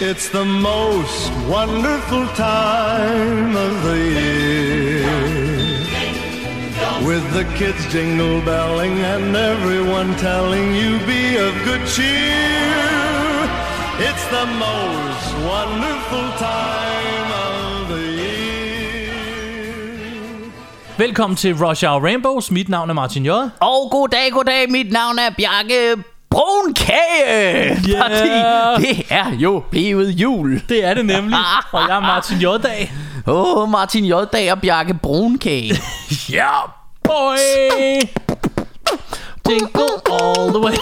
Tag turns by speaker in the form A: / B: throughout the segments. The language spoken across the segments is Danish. A: It's the most wonderful time of the year. With the kids jingle belling and everyone telling you be of good cheer. It's the most wonderful time of the year.
B: Velkommen til Rush Hour Rainbows. Mit navn er Martin J.
C: Og goddag, goddag, mit navn er Bjarke Brunkage,
B: Yeah.
C: fordi det er jo blevet jul.
B: Det er det nemlig, og jeg er Martin J. Dag.
C: Åh, oh, Martin J. Dag og Bjarke Brunkage.
B: Ja, yeah, boy! Jingle all the way.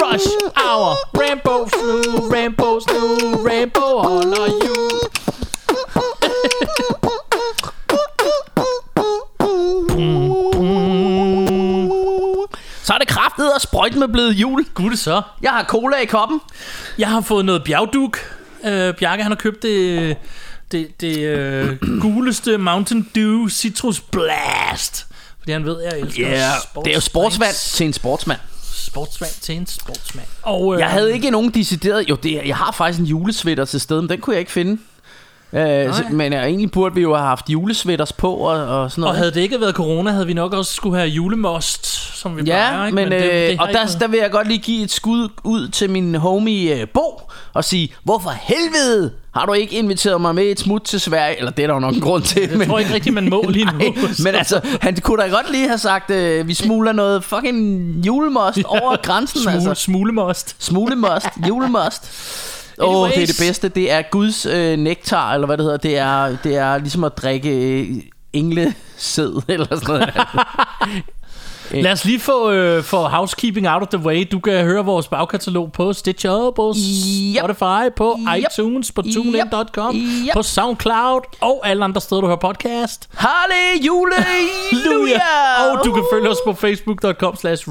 B: Rush hour, Rambo flew, Rambo's new, Rambo all are you.
C: Så er det kraftet og sprøjt med blevet jul.
B: Gud så.
C: Jeg har cola i koppen.
B: Jeg har fået noget bjergduk. Øh, Bjarke, han har købt det, det, det øh, guleste Mountain Dew Citrus Blast. Fordi han ved, at jeg elsker sports-
C: Det er jo sportsmand til en sportsmand.
B: Sportsmand til en sportsmand. Og, øh,
C: Jeg havde ikke nogen decideret... Jo, det, er- jeg har faktisk en julesvætter til stede, men den kunne jeg ikke finde. Øh, så, men øh, egentlig burde vi jo have haft julesvætters på og, og sådan noget.
B: Og havde det ikke været corona, havde vi nok også skulle have julemost, som vi plejer.
C: Ja,
B: Ikke?
C: men,
B: det- det
C: øh,
B: har
C: og
B: ikke
C: der,
B: været-
C: der vil jeg godt lige give et skud ud til min homie øh, Bo og sige, hvorfor helvede har du ikke inviteret mig med et smut til Sverige? Eller det er der jo nok en grund til.
B: Jeg tror ikke rigtig, man må lige nu.
C: men altså, han kunne da godt lige have sagt, øh, vi smugler noget fucking julemost over grænsen.
B: Smule,
C: altså.
B: Smulemost.
C: Smuglemost, julemost. Åh, oh, det er det
B: Anyways.
C: bedste. Det er Guds øh, nektar, eller hvad det hedder. Det er, det er ligesom at drikke øh, englesæd, eller sådan noget.
B: Lad os lige få øh, for housekeeping out of the way. Du kan høre vores bagkatalog på Stitcher, på
C: Yep.
B: Spotify, på
C: Yep.
B: iTunes, på TuneIn.com,
C: Yep.
B: på SoundCloud og alle andre steder, du hører podcast.
C: Harley jule,
B: Og du kan følge os på facebook.com slash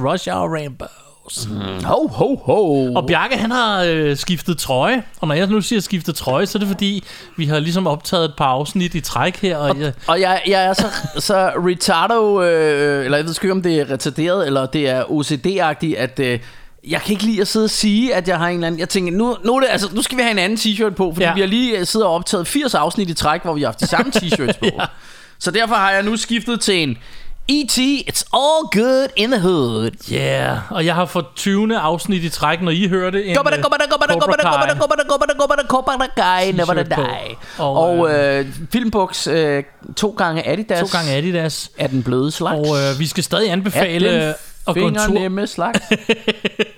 B: rushhourrainbows.
C: Ho, ho, ho.
B: Og Bjarke, han har øh, skiftet trøje. Og når jeg nu siger skiftet trøje, så er det fordi, vi har ligesom optaget et par afsnit i træk her. Og, jeg,
C: Og jeg, jeg er så, så retardo, øh, eller jeg ved sgu ikke, om det er retarderet, eller det er OCD-agtigt, at øh, jeg kan ikke lide at sidde og sige, at jeg har en eller anden... Jeg tænker, nu, nu, er det, altså, nu skal vi have en anden t-shirt på, fordi
B: Ja.
C: ja. vi har lige øh, siddet og optaget 80 afsnit i træk, hvor vi har haft de samme t-shirts på. ja. Så derfor har jeg nu skiftet til en E.T. It's all good in the hood.
B: yeah. og jeg har fået 20. afsnit i træk, når I hører det. en,
C: Gubba da, gubba da, gubba da,
B: øh,
C: gubba da, gubba da,
B: Cobra Kai.
C: gubba da, gubba da, gubba da, gubba da, guy, never
B: T-shirt
C: da
B: på.
C: die.
B: Og,
C: Og øh, filmbuks øh, to gange Adidas.
B: To gange Adidas.
C: er den bløde slags.
B: Og øh, vi skal stadig anbefale øh, at gå en tur.
C: Fingernemme slags.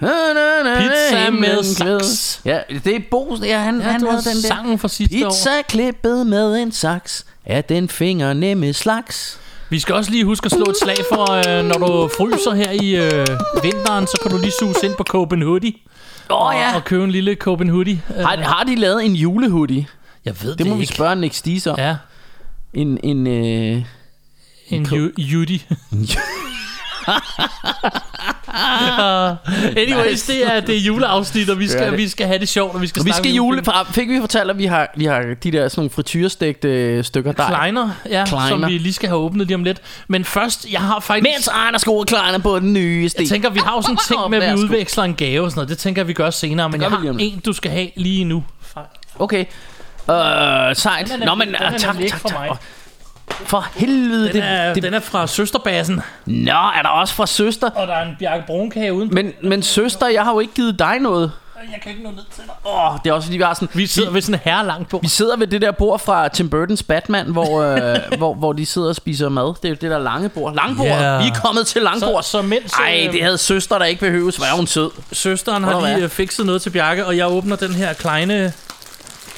C: Na, na, na, na,
B: Pizza med
C: himlen glæd.
B: saks.
C: Ja, det er Bo. Ja, han,
B: Ja,
C: han
B: du
C: havde
B: har
C: den der.
B: sangen fra sidste år.
C: Pizza klippet med en saks. Er den fingernemme slags.
B: Vi skal også lige huske at slå et slag for, øh, når du fryser her i øh, vinteren, så kan du lige suges ind på Copenhagen Hoodie.
C: Åh oh,
B: Og, og købe en lille Copenhagen Hoodie. Øh,
C: Har, har de lavet en julehoodie?
B: jeg ved det,
C: Det må vi
B: ikke.
C: spørge Nick Stis om. Ja.
B: Ja,
C: En, en, øh,
B: en Judy. Anyways, det er, det er juleafsnit, og vi skal,
C: er det.
B: vi skal have det sjovt, og vi skal
C: Og vi
B: snakke
C: skal
B: om
C: jule,
B: julefilm.
C: fra- fik vi fortalt, at vi har, vi har de der sådan nogle frityrestegte øh, stykker dej.
B: Kleiner, ja, Kleiner, som
C: Kleiner.
B: vi lige skal have åbnet lige om lidt. Men først, jeg har faktisk...
C: Mens Anders går og kleiner på den nye sten.
B: Jeg tænker, vi har jo sådan en ting med, at vi
C: Værsgo.
B: udveksler en gave og sådan noget. Det tænker jeg, vi gør senere, men
C: gør
B: jeg
C: vi
B: har
C: lige om lidt.
B: en, du skal have lige nu.
C: Okay. Øh, sejt.
B: Den er-
C: Nå, men
B: den
C: øh,
B: er
C: tak,
B: væk
C: tak,
B: fra mig.
C: tak. For helvede.
B: Den er,
C: det, det,
B: den er fra Søsterbassen,
C: Nå, er der også fra søster?
B: og der er en Bjarke Brunkage uden.
C: Men, men søster, jeg har jo ikke givet dig noget.
B: Øh, Jeg kan ikke nå ned til dig.
C: Åh, oh, det er også fordi, vi har sådan...
B: Vi sidder ved sådan en herre langt på.
C: Vi sidder ved det der bord fra Tim Burton's Batman, hvor, øh, hvor, hvor de sidder og spiser mad. Det er jo det der lange bord. Langbord!
B: Ja.
C: Yeah. Vi er kommet til langbord.
B: Så- så mens,
C: Ej,
B: øh,
C: det havde søster, der ikke behøves. Var hun sød.
B: Søsteren
C: Hvor
B: har
C: der
B: lige
C: er.
B: øh, fikset noget til Bjarke, og jeg åbner den her kleine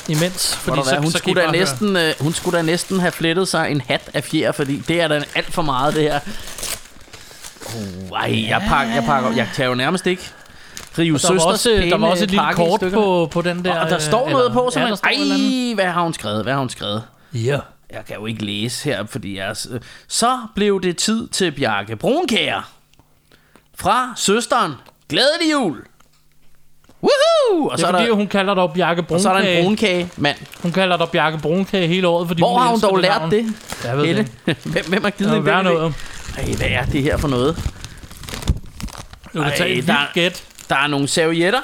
B: imens. Fordi
C: Fordi så,
B: så
C: hun,
B: kan I
C: skulle da
B: bare høre.
C: næsten, øh, hun skulle da næsten have flettet sig en hat af fjer, fordi det er da alt for meget, det her. Oh, ej, jeg pakker, jeg pakker, jeg tager jo nærmest ikke Rive
B: Der var,
C: Søsters
B: også, øh, der var
C: pæne
B: også et lille
C: pakke i
B: kort
C: stykker.
B: på, på den der...
C: Og der
B: øh,
C: står noget
B: eller-
C: på, som
B: ja,
C: ja,
B: der står et eller andet.
C: Ej, hvad har hun skrevet? Hvad har hun skrevet?
B: Ja.
C: Jeg kan jo ikke læse her, fordi jeg... er s- Så blev det tid til Bjarke Brunkær. Fra søsteren. Glædelig jul! Woohoo! Og
B: Det
C: så
B: er
C: er,
B: fordi,
C: der,
B: hun kalder dig Bjarke Brunkage.
C: så er der en brunkage, mand.
B: Hun kalder dig Bjarke Brunkage hele året, fordi
C: Hvor har hun
B: elsker
C: dog lært
B: navn.
C: det?
B: Jeg ved det.
C: Helle? Hvem, hvem har givet
B: Der må
C: hende
B: være
C: den idé?
B: noget.
C: Ej, hvad er det her for noget?
B: Du kan
C: Ej,
B: tage et
C: der-
B: vildt gæt.
C: Der er nogle servietter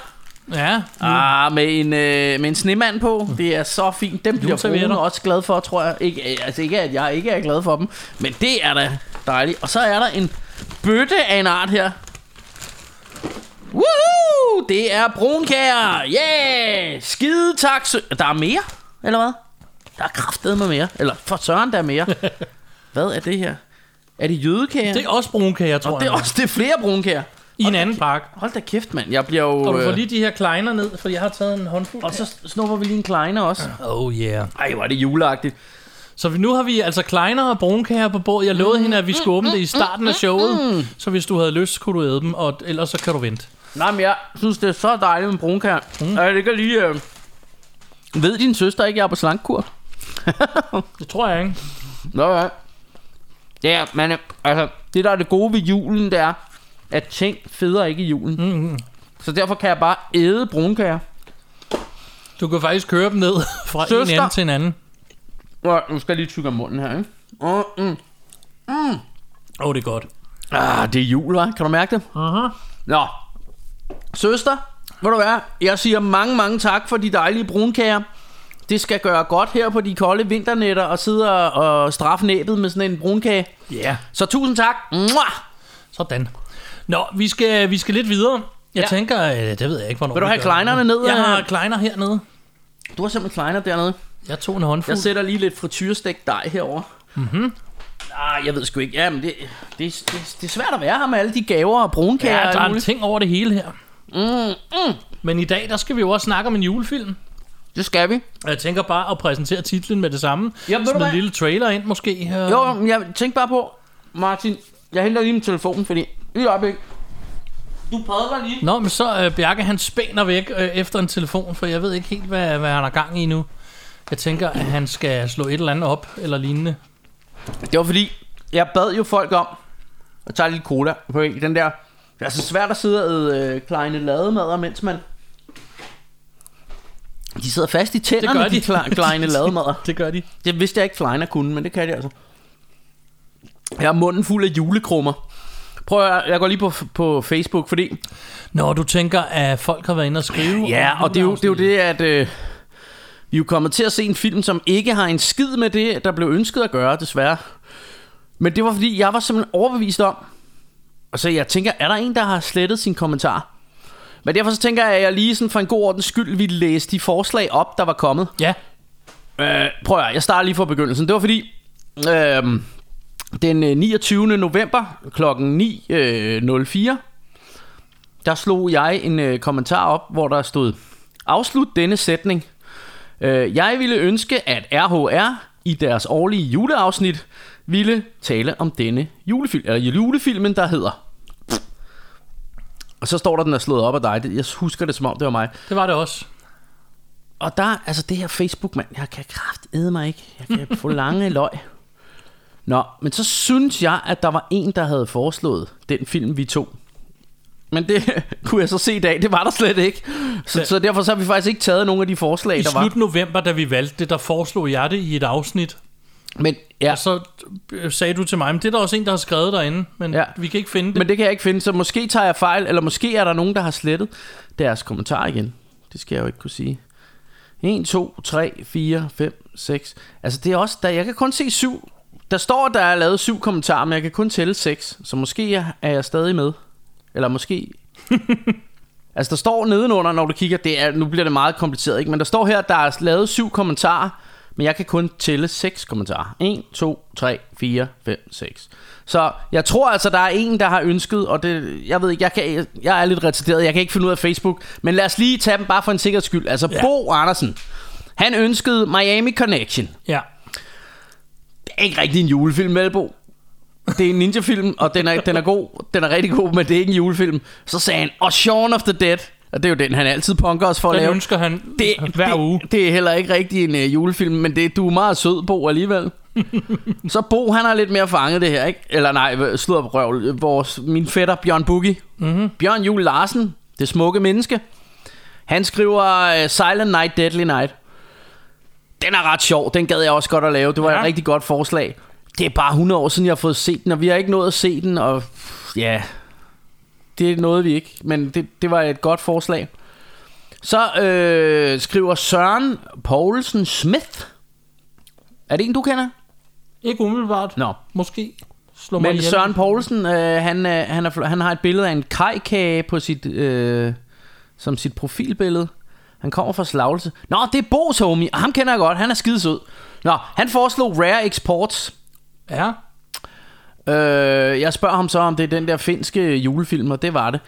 B: Mm. Ja,
C: ah, med, en, øh, med en snemand på.
B: Mm.
C: Det er så fint. Dem bliver
B: Juleservietter.
C: Rune også glad for, tror jeg. Ikke, øh, altså ikke, at jeg ikke er glad for dem, men det er da dejligt. Og så er der en bøtte af en art her. Woohoo! Det er brunkager! Yeah! Skide tak. sø- Der er mere, eller hvad? Der er kraftet med mere. Eller for søren, der er mere. Hvad er det her? Er det jødekager?
B: det er også brunkager, tror
C: det er
B: jeg.
C: også det er flere brunkager.
B: I en anden pakke.
C: Hold da kæft, mand. Jeg bliver jo...
B: Og du får
C: øh,
B: lige de her kleiner ned, for jeg har taget en håndfuld.
C: Og så snupper vi lige en kleiner også.
B: Oh yeah.
C: Ej, hvor er det juleagtigt.
B: Så vi, nu har vi altså kleiner og brunkager på bordet. Jeg
C: Mm,
B: lovede hende, at vi skulle åbne det i starten af showet. Så hvis du havde lyst, kunne du æde dem, og ellers så kan du vente.
C: Nej, men jeg synes, det er så dejligt med brunkager. Mm. Jeg ligger lige... Øh... Ved din søster ikke, jeg er på slankkur?
B: Det tror jeg ikke.
C: Nå ja. Ja, men øh, altså, det der er det gode ved julen, det er, at ting federe ikke i julen.
B: Mm-hmm.
C: Så derfor kan jeg bare æde brunkager.
B: Du kan faktisk køre dem ned fra Søster. en
C: Søster.
B: ende til en anden.
C: Nå, nu skal jeg lige tykke om munden her, ikke? Uh, mm.
B: Åh, oh, det er godt.
C: Ah, det er jul, hva'? Kan du mærke det?
B: Aha.
C: Nå. Søster, ved du hvad? Jeg siger mange, mange tak for de dejlige brunkager. Det skal gøre godt her på de kolde vinternetter og sidde og, og straffe næbet med sådan en brunkage.
B: Ja. Yeah.
C: Så tusind tak. Mua!
B: Sådan. Nå, vi skal, vi skal lidt videre. Jeg
C: Ja.
B: ja. tænker, øh, det ved jeg ikke, hvornår
C: Vil du
B: vi
C: have
B: gør det.
C: kleinerne ned?
B: Jeg har
C: øh?
B: kleiner hernede.
C: Du har simpelthen kleiner dernede.
B: Jeg tog en håndfuld.
C: Jeg sætter lige lidt frityrestegt dej herover. Mhm. Ah, jeg ved sgu ikke. Jamen, det, det, det, det, er svært at være her med alle de gaver og brunkager.
B: ja,
C: og
B: der
C: alt
B: er en
C: muligt.
B: ting over det hele her. Mm, mm. Men i dag, der skal vi jo også snakke om en julefilm.
C: Det skal vi.
B: Og Jeg tænker bare at præsentere titlen med det samme.
C: Ja, ved du
B: Som
C: hvad?
B: en lille trailer ind måske. øh. her.
C: Jo, men jeg tænkte bare på, Martin, jeg henter lige min telefon, fordi... Lige et øjeblik. Du padler lige.
B: Nå, men så øh, Bjarke, han spænder væk øh, efter en telefon, for jeg ved ikke helt, hvad, hvad han har gang i nu. Jeg tænker, at han skal slå et eller andet op, eller lignende.
C: Det var fordi, jeg bad jo folk om at tage lidt cola på en. Den der, det er så svært at sidde og æde øh, kleine lademadder, mens man... De sidder fast i tænderne,
B: gør
C: de,
B: de.
C: kle- kleine lademadder.
B: Det gør de.
C: Det vidste jeg ikke, Kleiner kunne, men det kan de altså. Jeg har munden fuld af julekrummer. Prøv at, høre, jeg går lige på, på Facebook, fordi...
B: Nå, du tænker, at folk har været inde og skrive. om
C: Ja, og det er jo det, er jo
B: juleafsnittet.
C: det at øh, vi er jo kommet til at se en film, som ikke har en skid med det, der blev ønsket at gøre, desværre. Men det var fordi, jeg var simpelthen overbevist om, og så jeg tænker, er der en, der har slettet sin kommentar? Men derfor så tænker jeg, at jeg lige sådan for en god ordens skyld ville læse de forslag op, der var kommet.
B: Ja,
C: Øh, prøv at høre, jeg starter lige fra begyndelsen. Det var fordi, øh, den øh, 29. november kl. 9.04, øh, der slog jeg en øh, kommentar op, hvor der stod, afslut denne sætning. Øh, jeg ville ønske, at RHR i deres årlige juleafsnit ville tale om denne julefilm, eller julefilmen, der hedder. Og så står der, den er slået op af dig. Det- Jeg husker det, som om det var mig.
B: det var det også.
C: Og der, altså det her Facebook, mand, jeg kan kraftede mig ikke. Jeg kan få lange løg. Nå, men så synes jeg, at der var en, der havde foreslået den film, vi tog. Men det kunne jeg så se i dag, det var der slet ikke. Så, så derfor så har vi faktisk ikke taget nogen af de forslag,
B: I
C: der var.
B: slut november, da vi valgte det, der foreslog jeg det i et afsnit.
C: Men, ja,
B: Og så øh, sagde du til mig, men det er der også en, der har skrevet derinde, men
C: Ja.
B: ja. vi kan ikke finde det.
C: men det kan jeg ikke finde, så måske tager jeg fejl, eller måske er der nogen, der har slettet deres kommentar igen. Det skal jeg jo ikke kunne sige. 1, 2, 3, 4, 5, 6. Altså det er også, der, jeg kan kun se 7. Der står, at der er lavet 7 kommentarer, men jeg kan kun tælle 6. Så måske er er jeg stadig med. Eller måske... altså der står nedenunder, når du kigger, det er, nu bliver det meget kompliceret, ikke? men der står her, at der er lavet 7 kommentarer, men jeg kan kun tælle 6 kommentarer. 1, 2, 3, 4, 5, 6. Så jeg tror altså, der er en, der har ønsket, og det, jeg ved ikke, jeg, kan, jeg er lidt retarderet, jeg kan ikke finde ud af Facebook, men lad os lige tage dem bare for en sikkerheds skyld. Altså ja. Bo Andersen, han ønskede Miami Connection.
B: Ja.
C: Det er ikke rigtig en julefilm, Melbo. Det er en ninja-film, og den er, den er god. Den er rigtig god, men det er ikke en julefilm. Så sagde han, og Shaun of the Dead. Og det er jo den, han altid punker os for at
B: Den
C: lave.
B: ønsker han
C: Det,
B: hver
C: det,
B: uge.
C: Det er heller ikke rigtig en øh, julefilm, men det, du er meget sød, Bo, alligevel. så Bo, han har lidt mere fanget det her, ikke? Eller nej, slud op røv. Vores, min fætter Bjørn Bugge.
B: Mhm.
C: Mm-hmm. Bjørn Jul Larsen, det smukke menneske. Han skriver øh, Silent Night, Deadly Night. Den er ret sjov, den gad jeg også godt at lave. Det var ja.
B: Ja.
C: et rigtig godt forslag. Det er bare 100 år siden, jeg har fået set den, og vi har ikke nået at se den, og ja... det nåede vi ikke, men det, det var et godt forslag. Så øh, skriver Søren Poulsen Smith. Er det en, du kender?
B: Ikke umiddelbart.
C: Nå.
B: Måske slår mig
C: Men
B: ihjel.
C: Søren Poulsen, øh, han, øh, han, er, fl- han har et billede af en kajkage på sit, øh, som sit profilbillede. Han kommer fra Slagelse. Nå, det er Bo's homie, og ham kender jeg godt. Han er skidesød. Nå, han foreslog Rare Exports.
B: Ja.
C: Øh, jeg spørger ham så, om det er den der finske julefilm, og det var det.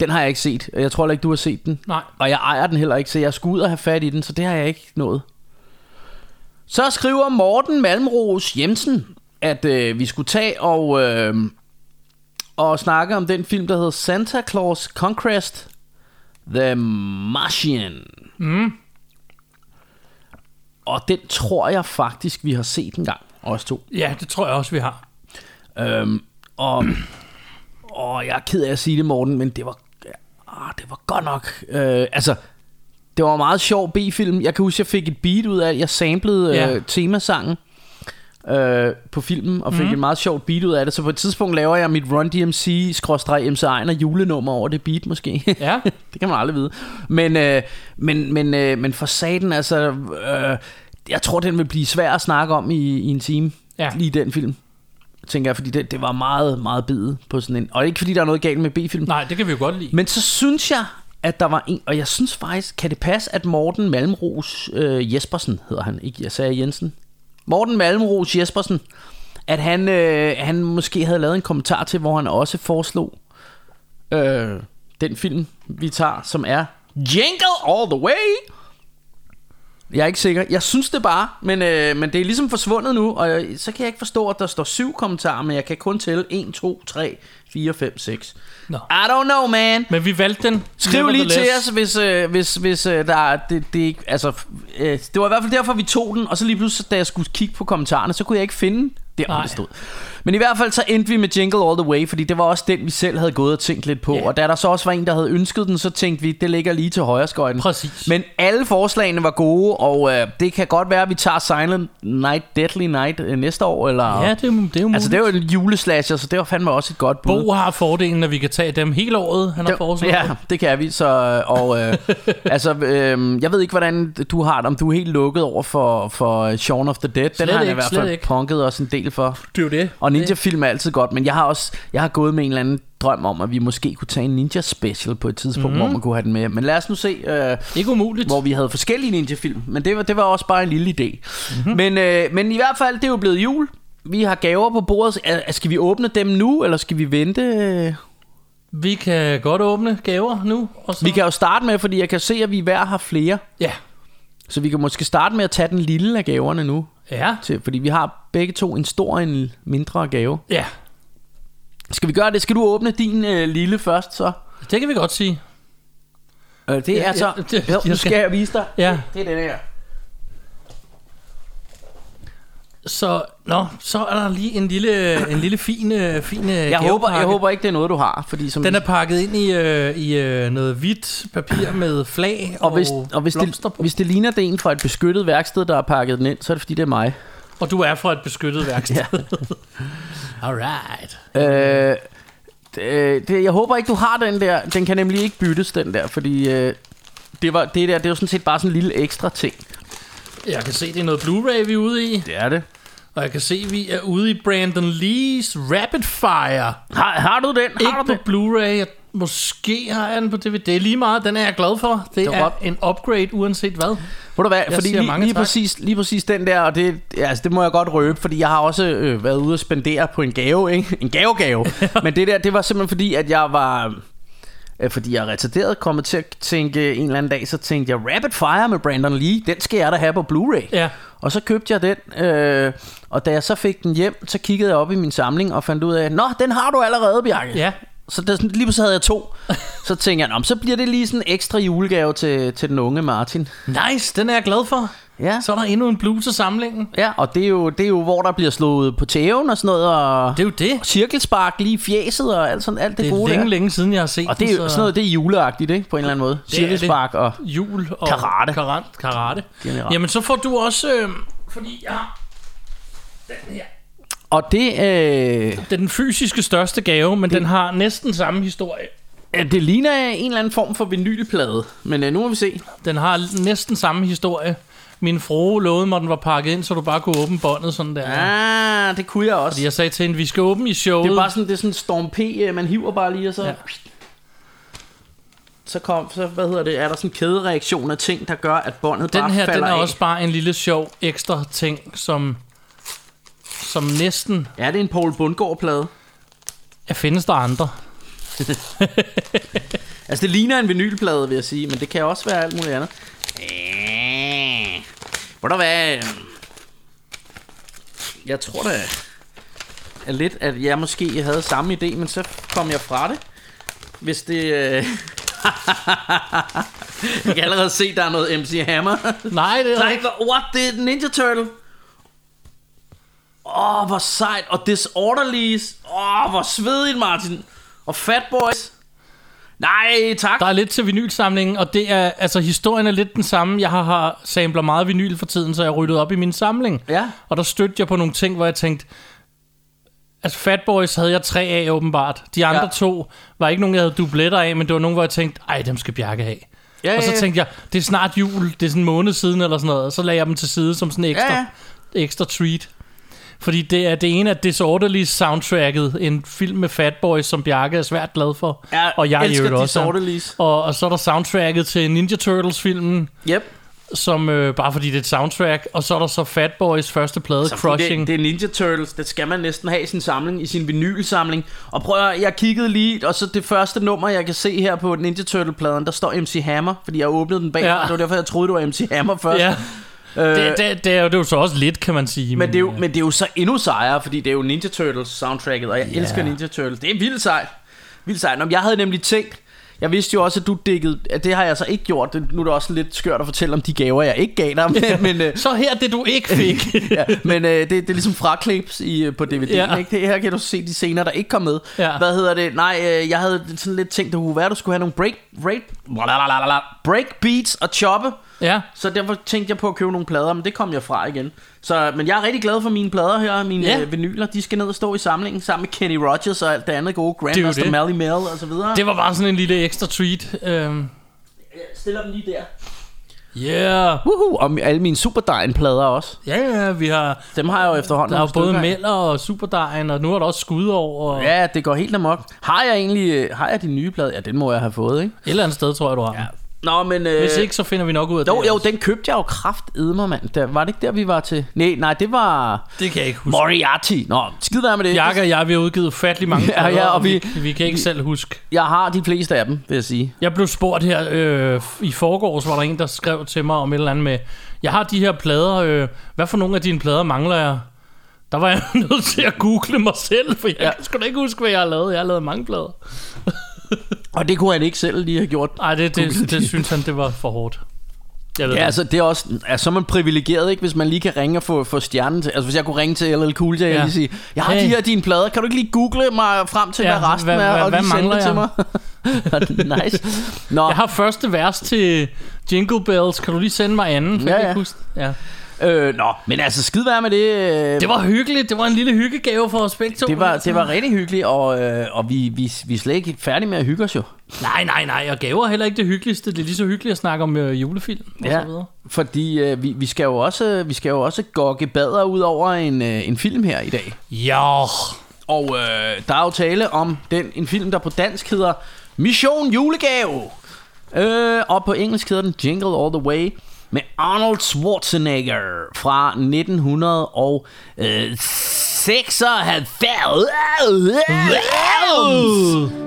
C: Den har jeg ikke set. Jeg tror heller ikke, du har set den.
B: Nej.
C: Og jeg ejer den heller ikke, så jeg skulle ud og have fat i den, så det har jeg ikke nået. Så skriver Morten Malmros Jensen, at øh, vi skulle tage og, øh, og snakke om den film, der hedder Santa Claus Conquest The Martian. Mm. Og den tror jeg faktisk, vi har set en gang, os to.
B: Ja, det tror jeg også, vi har.
C: Øhm, og, og jeg er ked af at sige det, Morten, men det var, ah, det var godt nok. Øh, altså, det var en meget sjov B-film. Jeg kan huske, jeg fik et beat ud af, jeg samplede
B: Ja.
C: øh, temasangen øh, på filmen, og fik
B: Mhm.
C: mm. et meget sjovt beat ud af det. Så på et tidspunkt laver jeg mit Run DMC-MC Ejner julenummer over det beat, måske.
B: Ja.
C: det kan man aldrig vide. Men, øh, men, men, øh, men for satan, altså... Øh, jeg tror, den vil blive svær at snakke om i, i en time.
B: Ja.
C: Lige den film. Tænker jeg, fordi det, det var meget, meget bidet på sådan en... Og ikke fordi der er noget galt med B-film.
B: Nej, det kan vi jo godt lide.
C: Men så synes jeg, at der var en... Og jeg synes faktisk, kan det passe, at Morten Malmros øh, Jespersen hedder han? Ikke, jeg sagde Jensen. Morten Malmros Jespersen. At han, øh, han måske havde lavet en kommentar til, hvor han også foreslog øh, den film, vi tager, som er Jingle All The Way. Jeg er ikke sikker. Jeg synes det bare, men, øh, men det er ligesom forsvundet nu, og jeg, så kan jeg ikke forstå, at der står syv kommentarer, men jeg kan kun tælle 1, 2, 3, 4, 5, 6.
B: Nå.
C: I don't know, man.
B: Men vi valgte den.
C: Skriv lige til
B: nevertheless.
C: os, hvis, øh, hvis, hvis øh, der er, det, det er ikke, altså, øh, det var i hvert fald derfor, vi tog den, og så lige pludselig, da jeg skulle kigge på kommentarerne, så kunne jeg ikke finde der, hvor
B: Nej.
C: det stod. Men i hvert fald så endte vi med Jingle All The Way, fordi det var også den, vi selv havde gået og tænkt lidt på,
B: Ja.
C: yeah. og da der så også var en, der havde ønsket den, så tænkte vi, det ligger lige til højre skøjten.
B: Præcis.
C: Men alle forslagene var gode, og øh, det kan godt være, at vi tager Silent Night, Deadly Night øh, næste år, eller...
B: Ja, det er jo, det er jo
C: Altså,
B: altså,
C: det var en juleslasher, så det var fandme også et godt bud.
B: Bo har fordelen, at vi kan tage dem hele året, han har foreslået.
C: Ja, det kan vi. Så, øh, og, øh, altså, øh, jeg ved ikke, hvordan du har det, om du er helt lukket over for, for Shaun of the Dead. Den
B: Slet
C: har han i
B: ikke,
C: hvert
B: slet
C: fald
B: ikke.
C: punket os en del for.
B: Det er jo det.
C: Og ninja-film er altid godt, men jeg har også jeg har gået med en eller anden drøm om, at vi måske kunne tage en ninja-special på et tidspunkt, mm.
B: Mhm.
C: hvor man kunne have den med. Men lad os nu se, øh,
B: Ikke umuligt.
C: hvor vi havde forskellige ninja-film. Men det var, det var også bare en lille idé.
B: Mhm.
C: Mm-hmm. Men, øh, men i hvert fald, det er jo blevet jul. Vi har gaver på bordet. Er, skal vi åbne dem nu, eller skal vi vente? øh?
B: Vi kan godt åbne gaver nu. Og så...
C: Vi kan jo starte med, fordi jeg kan se, at vi hver har flere.
B: Ja.
C: Så vi kan måske starte med at tage den lille af gaverne nu.
B: Ja.
C: Til, fordi vi har begge to en stor og en mindre gave.
B: Ja.
C: Skal vi gøre det? Skal du åbne din øh, lille først så?
B: Det kan vi godt sige.
C: Øh, det er
B: ja,
C: så...
B: det-
C: Ja,
B: jeg
C: nu skal
B: skal-
C: jeg vise dig.
B: Ja.
C: Det er den her.
B: Så, nå, så er der lige en lille, en lille fin, øh, fin øh,
C: Jeg håber, jeg
B: gavepakke.
C: håber ikke, det er noget, du har. Fordi som
B: Den er pakket ind i, øh, i øh, noget hvidt papir med flag og,
C: og hvis, og hvis,
B: blomster
C: det,
B: på.
C: hvis det ligner det er en fra et beskyttet værksted, der har pakket den ind, så er det fordi, det er mig.
B: Og du er fra et beskyttet værksted.
C: Ja.
B: Alright.
C: Øh, det, øh, det, jeg håber ikke, du har den der. Den kan nemlig ikke byttes, den der. Fordi øh, det, var, det der, det er jo sådan set bare sådan en lille ekstra ting.
B: Jeg kan se, det er noget Blu-ray, vi er ude i.
C: Det er det.
B: Og jeg kan se, vi er ude i Brandon Lees Rapid Fire.
C: Har, har du den?
B: Ikke
C: har du
B: på
C: den?
B: Blu-ray. Jeg- Måske har jeg den på DVD. Det er lige meget. Den er jeg glad for. Det,
C: var
B: er
C: godt.
B: en upgrade, uanset hvad.
C: Ved du hvad, fordi
B: siger
C: lige,
B: mange
C: lige,
B: tak.
C: præcis, lige præcis den der, og det, ja, altså, det må jeg godt røbe, fordi jeg har også øh, været ude og spendere på en gave, ikke? En gave-gave. Men det der, det var simpelthen fordi, at jeg var... øh, Fordi jeg er retarderet kommet til at tænke en eller anden dag, så tænkte jeg, Rapid Fire med Brandon Lee, den skal jeg da have på Blu-ray.
B: Ja.
C: Og så købte jeg den, øh, og da jeg så fik den hjem, så kiggede jeg op i min samling og fandt ud af, Nå, den har du allerede, Bjarke.
B: Ja.
C: Så der, lige pludselig havde jeg to. Så tænkte jeg, Nå, men så bliver det lige sådan en ekstra julegave til, til den unge Martin.
B: Nice, den er jeg glad for.
C: Ja.
B: Så er der endnu en blue til samlingen.
C: Ja, og det er jo, det er jo hvor der bliver slået på tæven og sådan noget, og
B: Det er jo det.
C: cirkelspark lige i fjeset og alt, sådan, alt det,
B: Det er
C: gode
B: længe,
C: der.
B: længe siden, jeg har set
C: Og det er jo
B: den,
C: sådan noget, det er juleagtigt, ikke? På en eller anden måde.
B: er det.
C: Cirkelspark og...
B: Jul og
C: Karate.
B: Karant, karate.
C: Generelt.
B: Jamen, så får du også... Øh, fordi jeg har den her.
C: Og det... Øh,
B: Det er den fysiske største gave, men den har næsten samme historie.
C: Ja, det ligner en eller anden form for vinylplade, men øh, nu må vi se.
B: Den har næsten samme historie. Min frue lovede mig, at den var pakket ind, så du bare kunne åbne båndet sådan der.
C: Ah, det kunne jeg også.
B: Jeg sagde til hende, vi skal åbne i showet.
C: Det er bare sådan, det er sådan Storm P, øh, man hiver bare lige, og så...
B: Ja.
C: Ja. Så kom, så, hvad hedder det, er der sådan en kædereaktion af ting, der gør, at båndet
B: den
C: bare
B: her, den
C: falder
B: er
C: af.
B: også bare en lille sjov ekstra ting, som, som næsten
C: Er det en Paul Bundgaard-plade?
B: er findes der andre.
C: Altså, det ligner en vinylplade, vil jeg sige, men det kan også være alt muligt andet. Øh, Hvor der være... øh, Jeg tror da er lidt, at jeg måske havde samme idé, men så kom jeg fra det. Hvis det... Øh... jeg kan allerede se, der er noget MC Hammer.
B: Nej, det er
C: Nej,
B: ikke.
C: hvor- what? Det er Ninja Turtle. Åh, oh, hvor sejt. Og Disorderlies. Åh, oh, hvor svedigt, Martin. Og Fat Boys. Nej, tak.
B: Der er lidt til vinylsamlingen, og det er, altså, historien er lidt den samme. Jeg har, har samler meget vinyl for tiden, så jeg ryddede op i min samling.
C: Ja.
B: Og der stødte jeg på nogle ting, hvor jeg tænkte, altså Fat Boys havde jeg tre af åbenbart. De andre
C: Ja.
B: to var ikke nogen, jeg havde dubletter af, men det var nogen, hvor jeg tænkte, ej, dem skal Bjarke have.
C: Ja,
B: og så
C: ja, ja.
B: tænkte jeg, det er snart jul, det er sådan en måned siden eller sådan noget, og så lagde jeg dem til side som sådan en ekstra,
C: Ja,
B: ekstra treat. Fordi det er det ene af Disorderly soundtracket, en film med Fat Boys, som Bjarke er svært glad for.
C: Ja,
B: og jeg i
C: elsker
B: øvrigt også.
C: Disorderlies.
B: Og, og så er der soundtracket til Ninja Turtles-filmen,
C: Yep.
B: som øh, bare fordi det er et soundtrack, og så er der så Fat Boys første plade,
C: Så
B: Crushing.
C: Det, det er Ninja Turtles, det skal man næsten have i sin samling, i sin vinylsamling. Og prøv at, høre, jeg kiggede lige, og så det første nummer, jeg kan se her på Ninja Turtle-pladen, der står MC Hammer, fordi jeg åbnede den bag,
B: Ja.
C: ja. og det var derfor, jeg troede, det var MC Hammer først.
B: ja.
C: Øh,
B: det, det, det, er jo, det er jo så også lidt, kan man sige.
C: Men det, er jo, men det er jo så endnu sejere, fordi det er jo Ninja Turtles soundtracket, og jeg
B: Ja.
C: yeah. elsker Ninja Turtles. Det er vildt sejt. Vildt sejt. Nå, men jeg havde nemlig tænkt, jeg vidste jo også, at du dækkede, at det har jeg så ikke gjort. Det- Nu er det også lidt skørt at fortælle om de gaver, jeg ikke gav dig, men, men, øh,
B: Så her er det, du ikke fik.
C: ja, men øh, det, det er ligesom fraklips i, øh, på DVD'en,
B: Ja.
C: ja. ikke? Det her kan du se de scener, der ikke kom med.
B: Ja.
C: Hvad hedder det? Nej, øh, jeg havde sådan lidt tænkt, at det kunne være, at du skulle have nogle break, break, blablabla, break beats og choppe.
B: ja.
C: Så derfor tænkte jeg på at købe nogle plader, men det kom jeg fra igen. Så, men jeg er rigtig glad for mine plader her, mine
B: Ja.
C: ja. øh, vinyler. De skal ned og stå i samlingen sammen med Kenny Rogers og alt det andet gode.
B: jo
C: Grandmaster
B: det.
C: Mally Mel og så videre. Det...
B: Det var bare sådan en lille ekstra treat. Øhm,
C: Jeg stiller dem lige der.
B: yeah.
C: Woohoo, og mi- alle mine Superdine-plader også.
B: Ja, ja, vi har...
C: Dem har jeg jo efterhånden.
B: Der er jo
C: nogle
B: både
C: stykker af.
B: Meller og Superdejen, og nu er der også skud over. Og ja.
C: Ja, det går helt amok. Har jeg egentlig øh, har jeg de nye plader? Ja, den må jeg have fået, ikke?
B: Et eller andet sted, tror jeg, du har. Ja.
C: Nå, men... Øh...
B: Hvis ikke, så finder vi nok ud af
C: Jo,
B: det.
C: jo,
B: også.
C: den købte jeg jo kraftedmer, mand. Der, var det ikke der, vi var til? Nej, nej, det var
B: det kan jeg ikke huske.
C: Moriarty. Nå, skid være med det.
B: Jakke og jeg, vi har udgivet fattelig mange
C: Ja,
B: plader,
C: ja, og vi-
B: vi, vi kan ikke selv huske.
C: Jeg har de fleste af dem, vil jeg sige.
B: Jeg blev spurgt her øh, i forgårs, var der en, der skrev til mig om et eller andet med, jeg har de her plader, øh, hvad for nogle af dine plader mangler jeg? Der var jeg nødt til at google mig selv, for jeg ja.
C: Ja.
B: kan sgu da ikke huske, hvad jeg har lavet. Jeg har lavet mange plader.
C: Og det kunne han ikke selv lige have gjort.
B: Nej, det, det, det synes han, det var for hårdt. Jeg ved
C: Ja,
B: det.
C: altså det er også, altså, så er man privilegeret, ikke, hvis man lige kan ringe og få, få stjernen til. Altså hvis jeg kunne ringe til LL Cool J
B: Ja.
C: og lige sige, jeg har
B: Hey.
C: de her dine plader, kan du ikke lige google mig frem til,
B: Ja,
C: ja, hvad resten
B: hvad-
C: hvad,
B: hvad-
C: er, og
B: hvad
C: lige sende det til mig?
B: mangler
C: nice. Nå,
B: Jeg har første vers til Jingle Bells. Kan du lige sende mig anden? For
C: Ja,
B: jeg kan
C: ja.
B: ikke huske- ja.
C: øh, nå, men altså skid være med det. øh,
B: Det var hyggeligt. Det var en lille hyggegave for os begge to.
C: det var, det var rigtig hyggeligt, og, øh, og vi, vi, vi er slet ikke færdige med at hygge os jo.
B: Nej, nej, nej. Og gaver er heller ikke det hyggeligste. Det er lige så hyggeligt at snakke om øh, julefilm og så videre.
C: fordi øh, vi, vi, skal jo også, vi skal jo også gokke bader ud over en, øh, en film her i dag.
B: Ja.
C: Og øh, der er jo tale om den, en film, der på dansk hedder Mission Julegave. Øh, og på engelsk hedder den Jingle All The Way med Arnold Schwarzenegger fra 1996.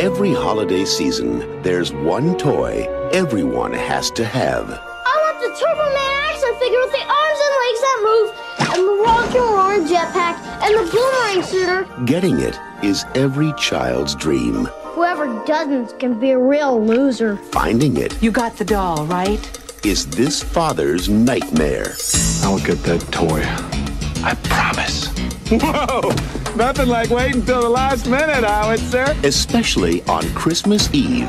D: Every holiday season, there's one toy everyone has to have.
E: I want the Turbo Man action figure with the arms and legs that move, and the rock and roller jetpack, and the boomerang shooter.
D: Getting it is every child's dream.
E: Whoever doesn't can be a real loser.
D: Finding it
F: You got the doll, right?
D: is this father's nightmare.
G: I'll get that toy. I promise.
H: Whoa! Nothing like waiting till the last minute, Howard, sir.
D: especially on Christmas Eve.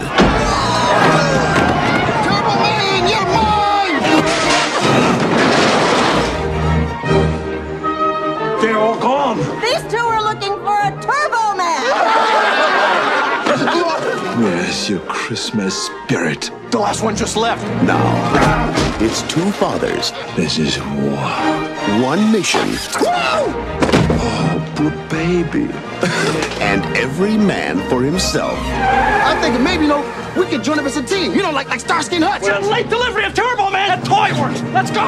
H: They're all gone.
I: These two are looking for a Turbo Man.
G: Christmas spirit.
F: The last one just left.
D: Now, it's two fathers,
G: This is war.
D: one mission,
G: Oh, Poor baby.
D: and every man for himself.
F: I'm thinking maybe, you know, we could join up as a team. You know, like like Starsky and Hutch.
I: Late delivery of Turbo Man at Toy Works. Let's go.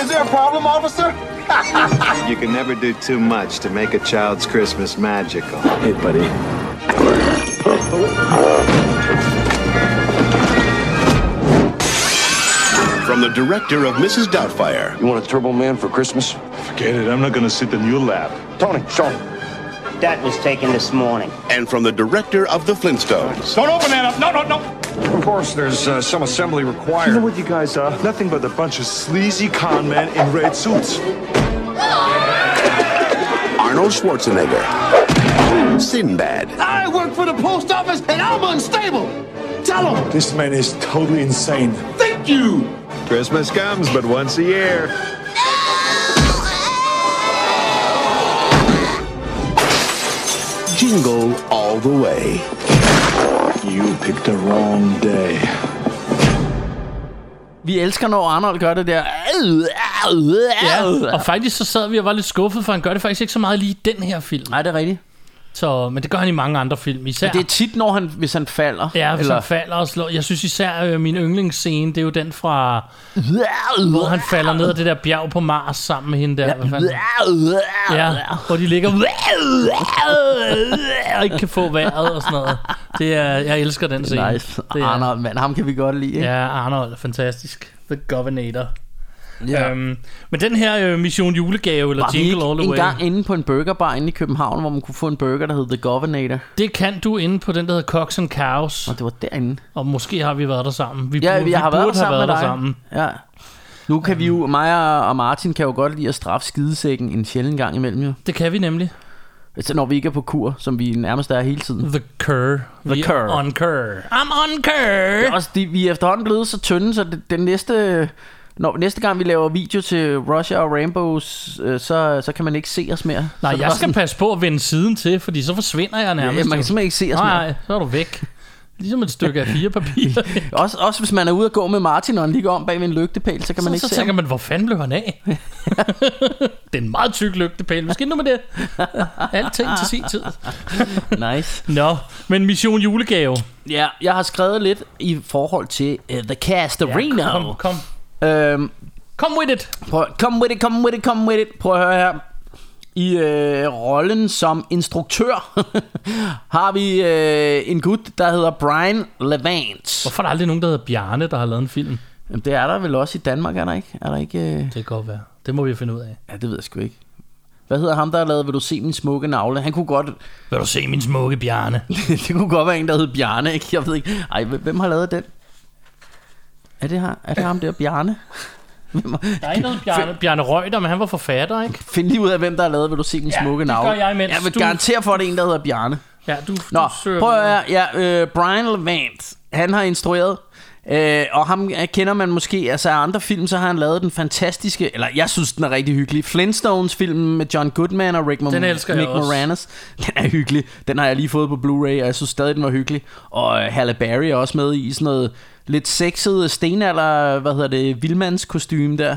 H: Is there a problem, officer?
J: You can never do too much to make a child's Christmas magical.
G: Hey, buddy.
D: From the director of Mrs. Doubtfire,
F: You want a Turbo Man for Christmas?
G: Forget it. I'm not gonna sit in your lap.
F: Tony, Sean.
I: That was taken this morning.
D: and from the director of The Flintstones,
I: Don't open that up. No, no, no.
H: Of course, there's uh, some assembly
G: You know
H: required.
G: what you guys are? Nothing but a bunch of sleazy con men in red suits.
D: Arnold Schwarzenegger, Sinbad,
F: I work for the post office and I'm unstable. Tell him.
G: This man is totally insane.
F: Thank you.
J: Christmas comes but once a year.
D: Jingle All the Way.
G: You picked the wrong day.
C: Vi elsker, når Arnold gør det der.
B: Ja,
C: Ja.
B: og faktisk så sad vi og var lidt skuffet, for han gør det faktisk ikke så meget lige i den her film.
C: Nej, det er rigtigt.
B: Så, men det gør han i mange andre film, især.
C: Det er tit, når han, hvis han falder.
B: Ja, hvis han falder og slår. Jeg synes især, øh, min yndlingsscene, det er jo den fra, hvor han falder ned af det der bjerg på Mars sammen med hende der. Hvad fanden? Ja, hvor de ligger og ikke kan få vejret og sådan noget. Det er, jeg elsker den scene.
C: Nice.
B: Det er,
C: Arnold, mand, ham kan vi godt lide. Ikke?
B: Ja, Arnold er fantastisk. The Governator. Ja. Øhm, men den her øh, Mission Julegave, eller
C: Var vi
B: Jingle All
C: ikke
B: The Way,
C: en gang inde på en burgerbar inde i København, hvor man kunne få en burger, der hed The Governator?
B: det kan du inde på den, der hedder Cox and Cows,
C: Og det var derinde.
B: og måske har vi været der sammen. Vi,
C: Ja,
B: burde-
C: jeg, jeg har
B: vi
C: været der
B: burde have
C: sammen med
B: været der
C: dig.
B: sammen. Øhm.
C: Ja. Nu kan vi jo, mig og Martin kan jo godt lide at straffe skidesækken en sjælden gang imellem jo.
B: Det kan vi nemlig.
C: Altså når vi ikke er på kur, som vi nærmest er hele tiden.
B: The Cur. The vi
C: Cur.
B: Er on Cur. I'm on Cur.
C: Også de, vi er efterhånden blevet så tynde, så det, den næste... Når, næste gang vi laver video til Russia og Rambos, øh, så, så kan man ikke se os mere.
B: Nej,
C: så det
B: jeg
C: var
B: skal
C: sådan,
B: passe på at vende siden til, fordi så forsvinder jeg nærmest.
C: ja, man
B: jo.
C: kan simpelthen ikke se os
B: Nej,
C: mere.
B: nej, så er du væk. Ligesom et stykke af fire papir. så
C: Også, også hvis man er ude at gå med Martin, og han ligger om bag ved en lygtepæl, så kan man ikke
B: så
C: se
B: tænker
C: ham.
B: man, hvor fanden blev han af? det er en meget tyk lygtepæl. Måske nu med det. Alting til sin tid.
C: Nice.
B: Nå, men Mission Julegave.
C: Ja, jeg har skrevet lidt i forhold til uh, The Cast Arena.
B: Kom, kom.
C: Øhm,
B: Kom with it.
C: Prøv, come with it, come with it, come with it. Prøv at høre her. I øh, rollen som instruktør har vi øh, en gut, der hedder Brian Levant.
B: Hvorfor er der aldrig nogen, der hedder Bjarne, der har lavet en film?
C: Jamen, det er der vel også i Danmark, er der ikke? Er der ikke øh...
B: Det kan godt være. Det må vi finde ud af.
C: Ja, det ved jeg sgu ikke. Hvad hedder ham, der har lavet, vil du se min smukke navle? Han kunne godt,
B: Vil du se min smukke Bjarne?
C: det kunne godt være en, der hed Bjarne, ikke? Jeg ved ikke. Ej, hvem hvem har lavet den? Er det, her? Er det ham der, Bjarne? Hvem har...
B: Der er ikke noget Bjarne, Bjarne Røgter, men han var forfatter, ikke?
C: Find lige ud af, hvem der har lavet, vil du se min
B: Ja,
C: smukke
B: det gør
C: navle?
B: jeg, mens
C: jeg vil
B: du-
C: garantere for, at det er en, der hedder Bjarne.
B: Ja, du,
C: Nå,
B: du søger
C: prøv at høre, ja, øh, Brian Levant, han har instrueret, øh, og ham øh, kender man måske, altså af andre film, så har han lavet den fantastiske, eller jeg synes, den er rigtig hyggelig, Flintstones-filmen med John Goodman og Rick Mom-
B: Den elsker jeg
C: Nick
B: også.
C: Mm. Moranis. Den er hyggelig, den har jeg lige fået på Blu-ray, og jeg synes stadig, den var hyggelig. Og øh, Halle Berry er også med i sådan noget lidt sexet stenalder, hvad hedder det, vildmands kostume der.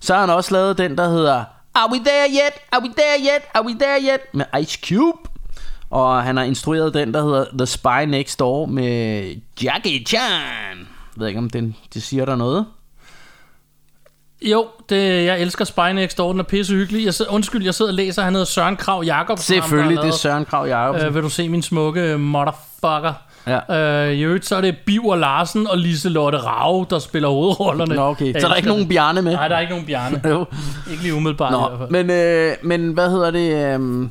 C: Så har han også lavet den, der hedder Are we there yet? Are we there yet? Are we there yet? Med Ice Cube. Og han har instrueret den, der hedder The Spy Next Door med Jackie Chan. Jeg ved ikke, om den, det siger der noget.
B: Jo, det, jeg elsker Spy Next Door, den er pissehyggelig. Jeg sidder, undskyld, jeg sidder og læser, han hedder Søren Krav Jacobsen.
C: Selvfølgelig, det er Søren Krav Jacobsen.
B: Øh, vil du se min smukke øh, motherfucker?
C: Ja.
B: Øh, I øvrigt, så er det Biver Larsen og Liselotte Rau, der spiller hovedrollerne.
C: Nå, okay.
B: Jeg
C: Så er
B: elsker
C: der ikke nogen
B: det.
C: Bjarne med?
B: Nej, der er ikke nogen Bjarne.
C: Jo.
B: ikke lige umiddelbart Nå, i hvert
C: Nå,
B: fald. Men...
C: men, øh, men hvad hedder det? Øh,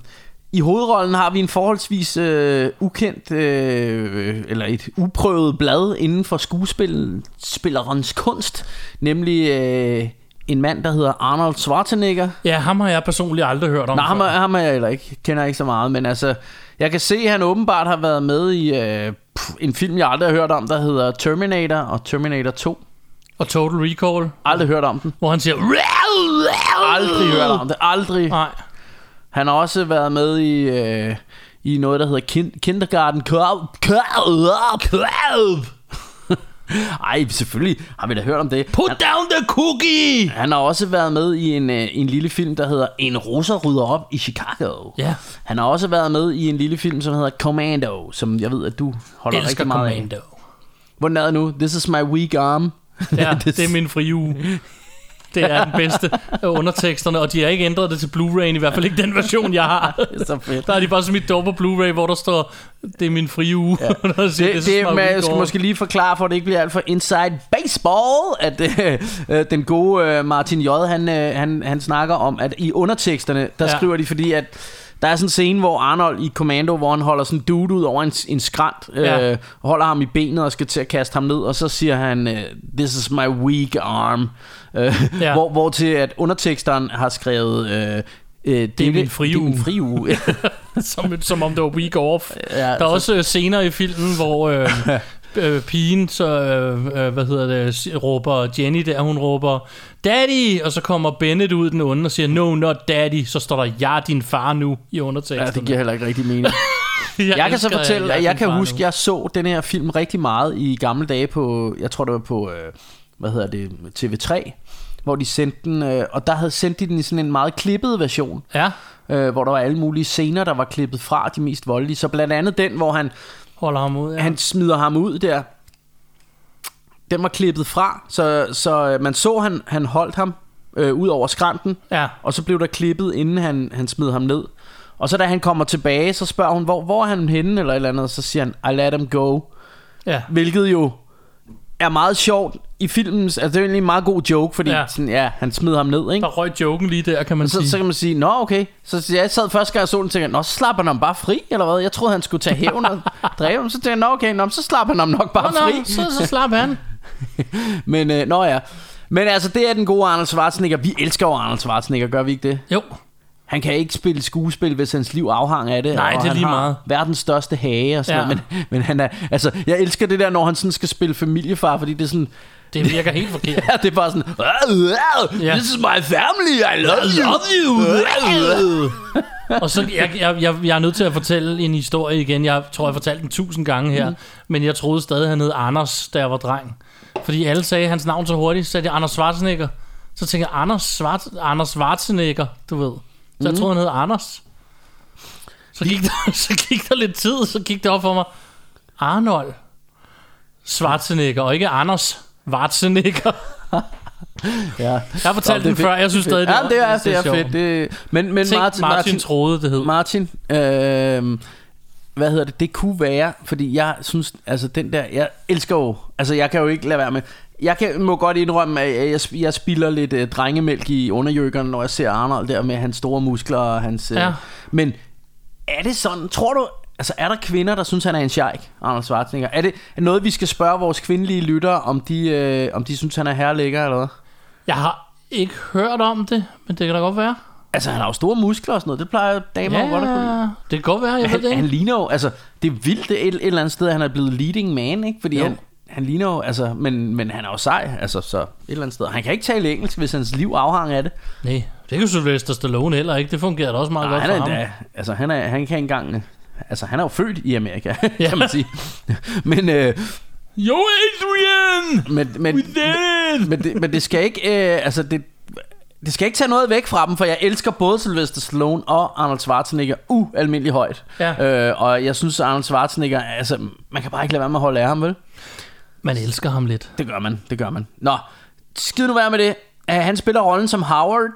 C: I hovedrollen har vi en forholdsvis øh, ukendt, øh, eller et uprøvet blad inden for skuespillerens kunst, nemlig øh, en mand, der hedder Arnold Schwarzenegger.
B: Ja, ham har jeg personligt aldrig hørt om.
C: Nej, ham,
B: før.
C: er- ham er jeg heller ikke. Kender ikke så meget, men altså... Jeg kan se, at han åbenbart har været med i øh, pff, en film, jeg aldrig har hørt om, der hedder Terminator og Terminator 2.
B: Og Total Recall,
C: Aldrig hørt om den.
B: hvor han siger...
C: Aldrig hørt om det. Aldrig.
B: Nej,
C: Han har også været med i, øh, i noget, der hedder kin- Kindergarten Club. Club. Club. Ej, selvfølgelig har vi da hørt om det. Put han, down the cookie! Han har også været med i en, øh, en lille film, der hedder En russer rydder op i Chicago.
B: Ja.
C: Han har også været med i en lille film, som hedder Commando, som jeg ved, at du holder
B: Elsker
C: rigtig meget
B: Commando.
C: af. Hvordan er det nu? This is my weak arm.
B: Ja, det er min frie uge. Det er den bedste af underteksterne, og de har ikke ændret det til Blu-ray, i hvert fald ikke den version, jeg har.
C: Det er så fedt.
B: Der har de bare smidt det over på Blu-ray, hvor der står, det er min frie uge. Ja. der siger,
C: Det, det, det man skal måske lige forklare, for at det ikke bliver alt for inside baseball, at øh, øh, den gode øh, Martin J., han, øh, han, han snakker om, at i underteksterne, der
B: Ja.
C: ja. skriver de, fordi at der er sådan en scene, hvor Arnold i Commando, hvor han holder sådan en dude ud over en, en skrant, øh,
B: Ja.
C: ja. holder ham i benet og skal til at kaste ham ned, og så siger han, øh, this is my weak arm, øh,
B: Ja.
C: ja. hvor, hvor til at underteksteren har skrevet... Øh, øh, det,
B: er min frie
C: det er min
B: uge."
C: frie uge.
B: som, som om det var week off. Ja,
C: Ja,
B: der er
C: så-
B: også øh, scener i filmen, hvor øh, øh, pigen så, øh, øh, hvad hedder det, si- råber Jenny der, hun råber, Daddy! Og så kommer Bennett ud den onde og siger, no, not daddy. Så står der, jeg er din far nu i
C: ja,
B: underteksten.
C: det giver heller ikke rigtig mening.
B: jeg,
C: Jeg, jeg kan så
B: elsker,
C: fortælle, at
B: er
C: jeg
B: din
C: kan
B: far
C: huske,
B: nu.
C: at jeg så den her film rigtig meget i gamle dage på, jeg tror det var på, øh, hvad hedder det, TV3, hvor de sendte den, øh, og der havde sendt de den i sådan en meget klippet version,
B: Ja,
C: øh, hvor der var alle mulige scener, der var klippet fra de mest voldelige. Så blandt andet den, hvor han,
B: holder ham ud. Ja.
C: han smider ham ud der, den var klippet fra, så, så øh, man så, han, han holdt ham øh, ud over skranten,
B: ja.
C: og så blev der klippet, inden han, han smed ham ned. Og så da han kommer tilbage, så spørger hun, hvor, hvor er han henne, eller et eller andet, og så siger han, I let him go.
B: Ja.
C: Hvilket jo er meget sjovt i filmens, altså det er jo egentlig en meget god joke, fordi
B: Ja.
C: ja. Sådan, ja, han smed ham ned, ikke?
B: Der røg joken lige der, kan man
C: Så,
B: sige.
C: så kan man sige, nå okay, så jeg sad første gang jeg så den, tænkte jeg, nå så slapper han ham bare fri, eller hvad? Jeg troede han skulle tage hævn og dræbe ham, så tænkte jeg, nå okay, nå, men så slapper han ham nok bare
B: Nå,
C: fri.
B: nå, så, så slap han.
C: Men øh, nå ja, men altså det er den gode Arnold Schwarzenegger, vi elsker jo Arnold Schwarzenegger, gør vi ikke det?
B: Jo,
C: Han kan ikke spille skuespil, hvis hans liv afhang af det.
B: Nej,
C: og
B: det er
C: han
B: lige
C: har
B: meget.
C: verdens største hage og sådan
B: Ja.
C: ja. noget. Men, men han er, altså, jeg elsker det der, når han sådan skal spille familiefar, fordi det er sådan,
B: det virker helt forkert.
C: ja, det er bare sådan,
B: Ja.
C: yeah. this is my family, I love you. Love you.
B: Og så, jeg, jeg, jeg, jeg er nødt til at fortælle en historie igen. Jeg tror, jeg fortalte den tusind gange her.
C: Mhm.
B: Mm. Men jeg troede stadig, han hed Anders, da jeg var dreng. Fordi alle sagde hans navn så hurtigt, så sagde de Anders Schwarzenegger. Så tænkte jeg, Anders, Svart, Anders Schwarzenegger, du ved. Så
C: Mhm.
B: jeg troede, han hed Anders. Så gik, der, så gik der lidt tid, så gik det op for mig. Arnold Schwarzenegger, og ikke Anders Schwarzenegger.
C: ja.
B: Jeg har fortalt
C: Nå, det er
B: den
C: fedt.
B: før, jeg synes stadig,
C: ja, det er, det er
B: sjovt.
C: fedt. Det, men, men
B: Tænk, Martin, Martin troede, det hed.
C: Martin, øh, hvad hedder det? Det kunne være, fordi jeg synes, altså den der, jeg elsker jo, altså jeg kan jo ikke lade være med, jeg kan, må godt indrømme, at jeg, jeg spiller lidt øh, drengemælk i underjøkkerne, når jeg ser Arnold der med hans store muskler og hans... Øh,
B: Ja.
C: ja. Men er det sådan, tror du, altså er der kvinder, der synes, han er en sheik, Arnold Schwarzenegger? Er det noget, vi skal spørge vores kvindelige lyttere, om de, øh, om de synes, han er herrelækker eller hvad?
B: Jeg har ikke hørt om det, men det kan da godt være.
C: Altså, han har jo store muskler og sådan noget, det plejer damer jo godt at kunne lide.
B: det kan godt være, jeg ved det
C: han, han
B: ikke.
C: ligner jo, altså, det er vildt det er et, et eller andet sted, at han er blevet leading man, ikke? Fordi
B: Jo.
C: han, han ligner jo, altså, men, men han er jo sej, altså, så et eller andet sted. Han kan ikke tale engelsk, hvis hans liv afhang af det.
B: Nej, det kan Sylvester Stallone heller ikke. Det fungerer da også meget
C: Nej,
B: godt
C: han,
B: for
C: er,
B: ham.
C: da, altså, han, er, han kan ikke engang, øh, altså, han er jo født i Amerika, ja. kan man sige. Men, øh,
B: Yo, Adrian!
C: men, men,
B: We did it!
C: men, det, men det skal ikke, øh, altså, det, det skal ikke tage noget væk fra dem, for jeg elsker både Sylvester Stallone og Arnold Schwarzenegger ualmindelig højt.
B: Ja.
C: Øh, og jeg synes, Arnold Schwarzenegger, altså, man kan bare ikke lade være med at holde af ham, vel?
B: Man elsker ham lidt.
C: Det gør man, det gør man. Nå, skid nu være med det. Uh, han spiller rollen som Howard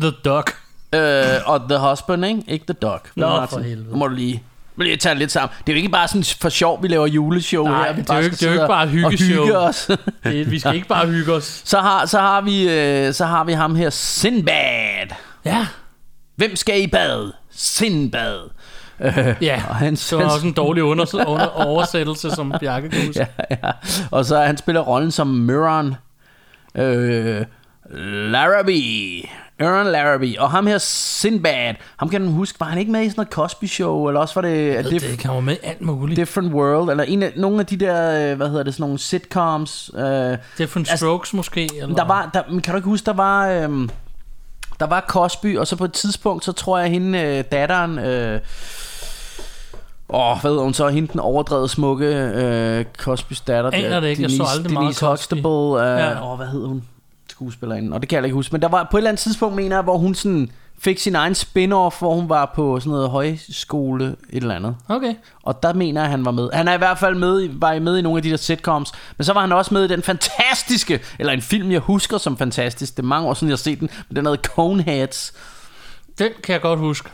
B: The Duck.
C: uh, og The Husband, ikke? Ikke The Dog.
B: Nå,
C: Martin,
B: for helvede.
C: Nu må du lige... Vi lige tage det lidt sammen. Det er jo ikke bare sådan for sjov, vi laver juleshow
B: Nej,
C: her. Vi
B: det er
C: bare
B: jo ikke-
C: skal
B: det er jo
C: sidde
B: ikke bare et
C: og- og
B: hyggeshow.
C: hygge os.
B: Det, vi skal ikke bare hygge os.
C: så, har, så, har vi, øh, så har vi ham her, Sinbad.
B: Ja,
C: Hvem skal i bad? Sinbad.
B: ja.
C: Og han-
B: det var også en dårlig under, under, oversættelse, som Bjarke kunne huske.
C: Ja, ja. Og så han spiller rollen som Myron øh, Larrabee. Aaron Larrabee. Og ham her, Sinbad. Ham kan man huske, var han ikke med i sådan noget Cosby-show? Eller også var det...
B: Det, det kan jo med alt muligt.
C: Different World, eller en af, nogle af de der, øh, hvad hedder det, sådan nogle sitcoms. Øh, der
B: Different
C: altså,
B: Strokes måske? Eller?
C: var, der, men kan du ikke huske, der var, øh, der var Cosby, og så på et tidspunkt, så tror jeg hende, øh, datteren, øh, Åh, oh, hvad hedder hun så? Hende den overdrevet smukke øh, Cosby's datter.
B: Aner
C: der,
B: det ikke, jeg så
C: Denise-
B: aldrig meget
C: Denise
B: Cosby.
C: Huxtable. Øh,
B: Ja.
C: ja. Åh, hvad hedder hun? Skuespillerinden. Og det kan jeg ikke huske. Men der var på et eller andet tidspunkt, mener jeg, hvor hun sådan fik sin egen spin-off, hvor hun var på sådan noget højskole, et eller andet.
B: Okay.
C: Og der mener jeg, han var med. Han er i hvert fald med, i- var med i nogle af de der sitcoms. Men så var han også med i den fantastiske, eller en film, jeg husker som fantastisk. Det er mange år siden, jeg har set den. Men den hedder Coneheads.
B: Den kan jeg godt huske.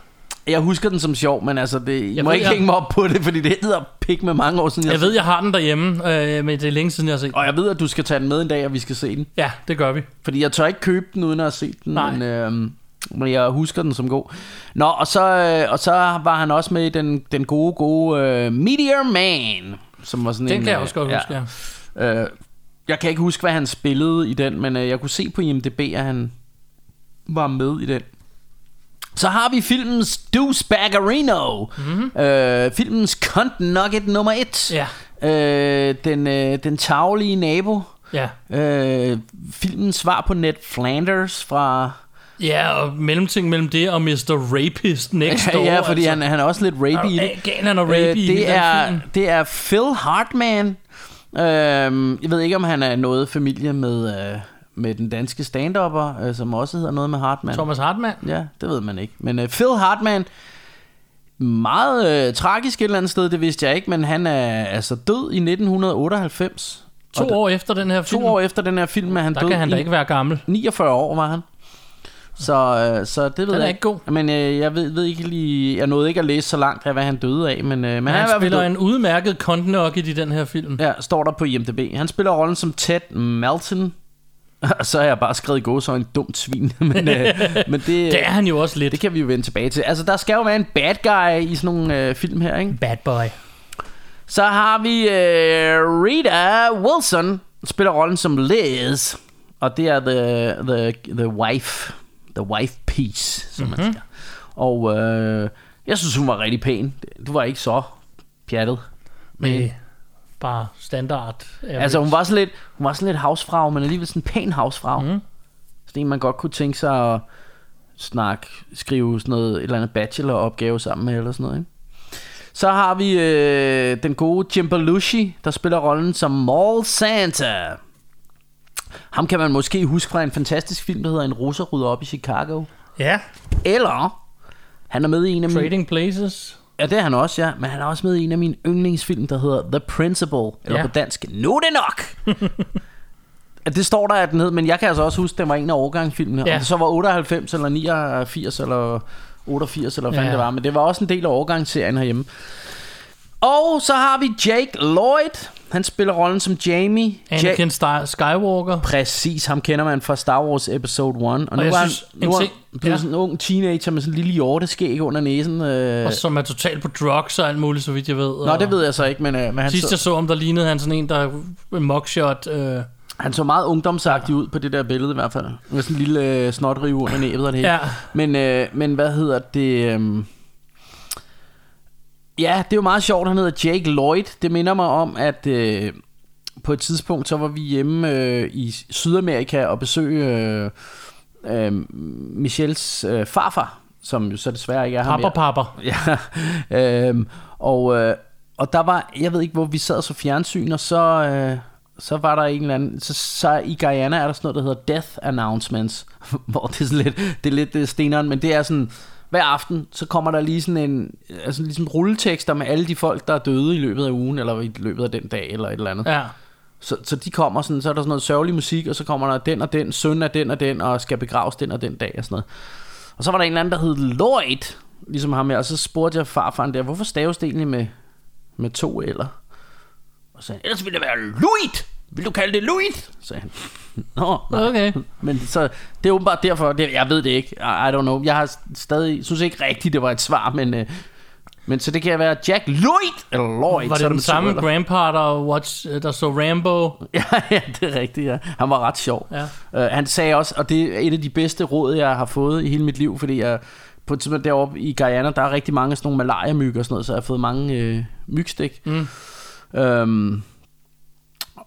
C: Jeg husker den som sjov, men altså, det, I
B: Jeg
C: må
B: ved,
C: ikke
B: jeg-
C: hænge mig op på det, fordi det hedder pik med mange år siden.
B: Jeg
C: har
B: ved, jeg har den derhjemme, øh, men det er længe siden, jeg har set
C: Og jeg ved, at du skal tage den med en dag, og vi skal se den.
B: Ja, det gør vi.
C: Fordi jeg tør ikke købe den, uden at have set den.
B: Nej.
C: Men, øh, men jeg husker den som god. Nå, og så, øh, og så var han også med i den, den gode, gode øh, Meteor Man. Som var sådan
B: Den
C: en,
B: kan jeg
C: øh,
B: også godt huske, ja.
C: Øh, jeg kan ikke huske, hvad han spillede i den, men øh, jeg kunne se på IMDb, at han var med i den. Så har vi filmens Douchebaggerino. Mm-hmm. Øh, filmens Cunt Nugget nummer et.
B: Mhm. Ja.
C: Øh, den, øh, den taglige nabo.
B: Ja.
C: Øh, filmens svar på Ned Flanders fra...
B: Ja, og mellemting mellem det og Mr. Rapist next door.
C: ja, fordi han, han er også lidt rapey i det.
B: Gain, han altså. er rapey
C: Øh,
B: i hele
C: det,
B: den
C: er,
B: film.
C: det er Phil Hartman. Øhm, jeg ved ikke, om han er noget familie med, øh, med den danske stand øh, som også hedder noget med Hartman.
B: Thomas Hartmann.
C: Ja, det ved man ikke. Men øh, Phil Hartman, meget øh, tragisk et eller andet sted, det vidste jeg ikke, men han er altså død i 1998.
B: To
C: Og da-
B: år efter den her film,
C: to år efter den her film er han
B: der
C: død.
B: kan han da
C: i
B: ikke være gammel.
C: 49 år var han. Så, øh, så det ved
B: Den er
C: jeg
B: ikke god.
C: Men øh, jeg ved, ved ikke lige... Jeg nåede ikke at læse så langt af, hvad han døde af, men, øh, men han,
B: Men
C: er i
B: han,
C: hvert fald
B: spiller
C: død.
B: en udmærket kontenokket i den her film.
C: Ja, står der på IMDb. Han spiller rollen som Ted Melton. Og så har jeg bare skrevet i så en dum svin. men, øh, men det,
B: Det er han jo også lidt.
C: det kan vi jo vende tilbage til. Altså, der skal jo være en bad guy i sådan nogle øh, film her, ikke?
B: Bad boy.
C: Så har vi øh, Rita Wilson, spiller rollen som Liz. Og det er the, the, the wife. The wife piece, som mm-hmm. man siger. Og øh, jeg synes, hun var rigtig pæn. Du var ikke så pjattet.
B: Med bare standard. øh,
C: Altså hun var sådan lidt, hun var sådan lidt havsfrag, men alligevel sådan en pæn havsfrag. Mm. Sådan en, man godt kunne tænke sig at snakke, skrive sådan noget, et eller andet bacheloropgave sammen med, eller sådan noget, ikke? Så har vi øh, den gode Jim Belushi, der spiller rollen som Mall Santa. Ham kan man måske huske fra en fantastisk film, der hedder En russer rydder op i Chicago.
B: Ja.
C: Eller han er med i en af mine...
B: Trading Places.
C: Ja, det er han også, ja. Men han er også med i en af mine yndlingsfilm, der hedder The Principal. Eller
B: Ja.
C: på dansk, Nu er det nok! At det står der, at den hed, men jeg kan altså også huske, at den var en af årgangsfilmene. Ja.
B: Ja.
C: Om det så var 98 eller 89 eller 88 eller hvad fanden
B: Ja.
C: det var. Men det var også en del af årgangsserien herhjemme. Og så har vi Jake Lloyd. Han spiller rollen som Jamie.
B: Anakin
C: Jake,
B: Star- Skywalker.
C: præcis, ham kender man fra Star Wars Episode 1. Og, nu
B: jeg
C: er han,
B: synes, en
C: nu er han
B: ting-
C: blevet
B: ja.
C: sådan en ung teenager med sådan en lille hjorteskæg under næsen. Øh,
B: Og som er totalt på drugs og alt muligt, så vidt jeg ved.
C: Nå, det ved jeg så ikke, men, øh, men han,
B: Sidst jeg
C: så,
B: så om der lignede han sådan en, der mugshot. Øh,
C: han så meget ungdomsagtig ud på det der billede i hvert fald. Med sådan en lille øh, snotrive under næbet og det hele.
B: Ja.
C: Men, øh, men hvad hedder det... Øh... Ja, det er jo meget sjovt, han hedder Jake Lloyd. Det minder mig om, at øh, på et tidspunkt, så var vi hjemme øh, i Sydamerika og besøge øh, øh, Michels øh, farfar, som jo så desværre ikke er her
B: papper,
C: mere.
B: papper.
C: Ja, øhm, og, øh, og der var, jeg ved ikke hvor, vi sad og så fjernsyn, og så, øh, så var der en eller anden, så, så i Guyana er der sådan noget, der hedder Death Announcements, hvor det er sådan lidt, det er lidt øh, steneren, men det er sådan, hver aften, så kommer der lige sådan en, altså ligesom rulletekster med alle de folk, der er døde i løbet af ugen, eller i løbet af den dag, eller et eller andet.
B: Ja.
C: Så, så de kommer sådan, så er der sådan noget sørgelig musik, og så kommer der den og den, søn af den og den, og skal begraves den og den dag og sådan noget. Og så var der en eller anden, der hed Lloyd, ligesom ham her, og så spurgte jeg farfaren der, hvorfor staves det egentlig med, med to eller? Og så sagde han, ellers ville det være Lloyd! Vil du kalde det Lloyd? sagde han. Nå, nej.
B: Okay.
C: Men så, det er åbenbart derfor, det, jeg ved det ikke, I, I don't know. Jeg har stadig, synes ikke rigtigt, det var et svar, men, øh, men så det kan være Jack Lloyd, eller Lloyd.
B: Var
C: så er
B: det den
C: med to
B: samme
C: L'er.
B: grandpa, der, watch, øh, der så Rambo?
C: Ja, ja, det er rigtigt, ja. Han var ret sjov.
B: Ja.
C: Uh, han sagde også, og det er et af de bedste råd, jeg har fået i hele mit liv, fordi jeg på et tidspunkt deroppe i Guyana, der er rigtig mange af sådan nogle malaria-myg og sådan noget, så jeg har fået mange øh, mygstik. Mm. Um,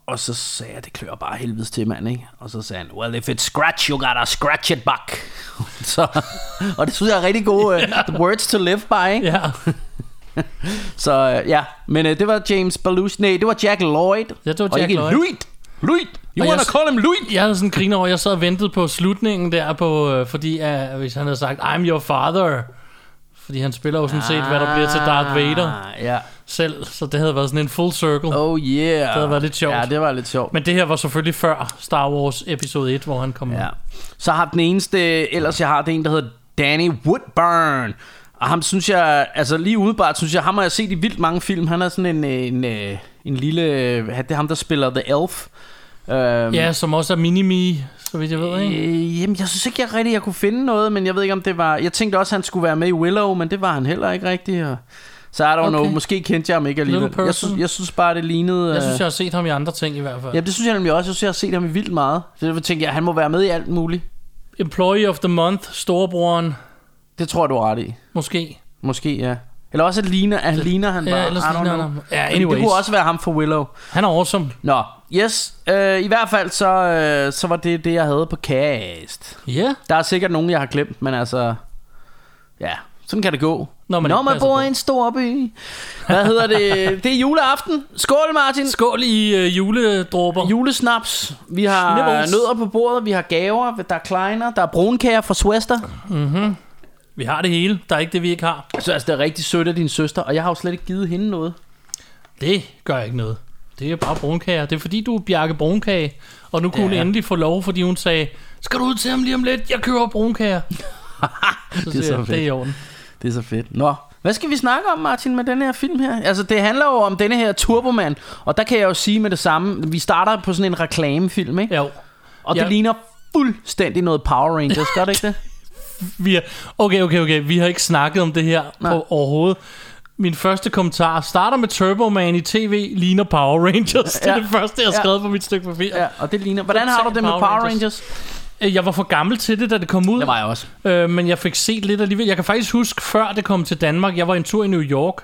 C: og så sagde jeg, det klør bare helvedes til, mand, ikke? Og så sagde han, well, if it's scratch, you gotta scratch it back. øh, så, og det synes jeg er rigtig gode uh, words to live by, ikke?
B: Ja.
C: så øh, ja, men øh, det var James Belushi. Nej, det var Jack Lloyd.
B: Ja, det var
C: og
B: Jack
C: ikke
B: Lloyd.
C: Lloyd. Lloyd. You
B: Og
C: wanna
B: jeg-
C: call him Lloyd?
B: Jeg havde sådan en griner over, jeg sad og ventede på slutningen der, på, øh, fordi øh, hvis han havde sagt, I'm your father, fordi han spiller jo sådan set, hvad der bliver til
C: Ah.
B: Darth Vader
C: Ja.
B: selv, så det havde været sådan en full circle.
C: Oh yeah. Det
B: havde været lidt sjovt.
C: Ja, det var lidt sjovt.
B: Men det her var selvfølgelig før Star Wars episode 1, hvor han kom
C: Ja. Så har den eneste, ellers jeg har, det er en, der hedder Danny Woodburn. Og ham synes jeg, altså lige udebart synes jeg, ham har jeg set i vildt mange film. Han er sådan en, en, øh, en lille, øh, det er ham, der spiller The Elf. Øhm,
B: Ja, som også er Minimi, så vidt jeg ved, ikke?
C: Øh, jamen, jeg synes ikke, jeg rigtig jeg kunne finde noget, men jeg ved ikke, om det var... Jeg tænkte også, han skulle være med i Willow, men det var han heller ikke rigtig. Og... Så er der
B: Okay.
C: okay. Måske kendte jeg ham ikke alligevel.
B: Little
C: Jeg
B: person.
C: synes, jeg synes bare, det lignede...
B: Jeg
C: øh,
B: synes, jeg har set ham i andre ting i hvert fald.
C: Ja, det synes jeg nemlig også. Jeg synes, jeg har set ham i vildt meget. Så derfor tænkte jeg, han må være med i alt muligt.
B: Employee of the Month, storebroren,
C: Det tror jeg, du har ret i.
B: måske.
C: Måske, ja. Eller også, at ligner, at han ligner han
B: Ja,
C: bare.
B: ellers
C: I don't
B: ligner han
C: know.
B: ham. Ja,
C: Men Det
B: anyways.
C: kunne også være ham for Willow.
B: Han er awesome.
C: Nå, yes. Øh, I hvert fald, så, øh, så var det det, jeg havde på cast.
B: Ja. Yeah.
C: Der er sikkert nogen, jeg har glemt, men altså... Ja, sådan kan det gå.
B: Når man
C: Når
B: ikke
C: man
B: passer
C: bor
B: på.
C: i en stor by. Hvad hedder det? Det er juleaften. Skål, Martin.
B: Skål i øh, juledråber.
C: Julesnaps. Vi har
B: Snipples.
C: nødder på bordet. Vi har gaver. Der er kleiner. Der er brunkager fra Swester.
B: Vi har det hele. Der er ikke det, vi ikke har.
C: Så altså, det er rigtig sødt af din søster. Og jeg har jo slet ikke givet hende noget.
B: Det gør ikke noget. Det er bare brunkager. Det er fordi, du er Bjarke Brunkage, og nu kunne ja. hun endelig få lov, fordi hun sagde, skal du ud til ham lige om lidt? Jeg køber brunkager. så det,
C: så
B: er jeg, det er
C: fedt.
B: i orden.
C: Det er så fedt. Nå, hvad skal vi snakke om, Martin, med den her film her? Altså, det handler jo om denne her Turboman. Og der kan jeg jo sige med det samme. Vi starter på sådan en reklamefilm, ikke?
B: Jo.
C: Og
B: Ja.
C: det ligner fuldstændig noget Power Rangers, gør det ikke det?
B: Vi er, okay, okay, okay. Vi har ikke snakket om det her på, overhovedet. Min første kommentar starter med Turbo Man i tv, ligner Power Rangers. Det er
C: Ja.
B: det første, jeg har
C: Ja.
B: skrevet på mit stykke papir.
C: Ja, og det ligner. Hvordan har du det med
B: Power
C: Power
B: Rangers?
C: Rangers?
B: Øh, Jeg var for gammel til det, da det kom ud.
C: Det var jeg også.
B: Øh, men jeg fik set lidt alligevel. Jeg kan faktisk huske, før det kom til Danmark, jeg var en tur i New York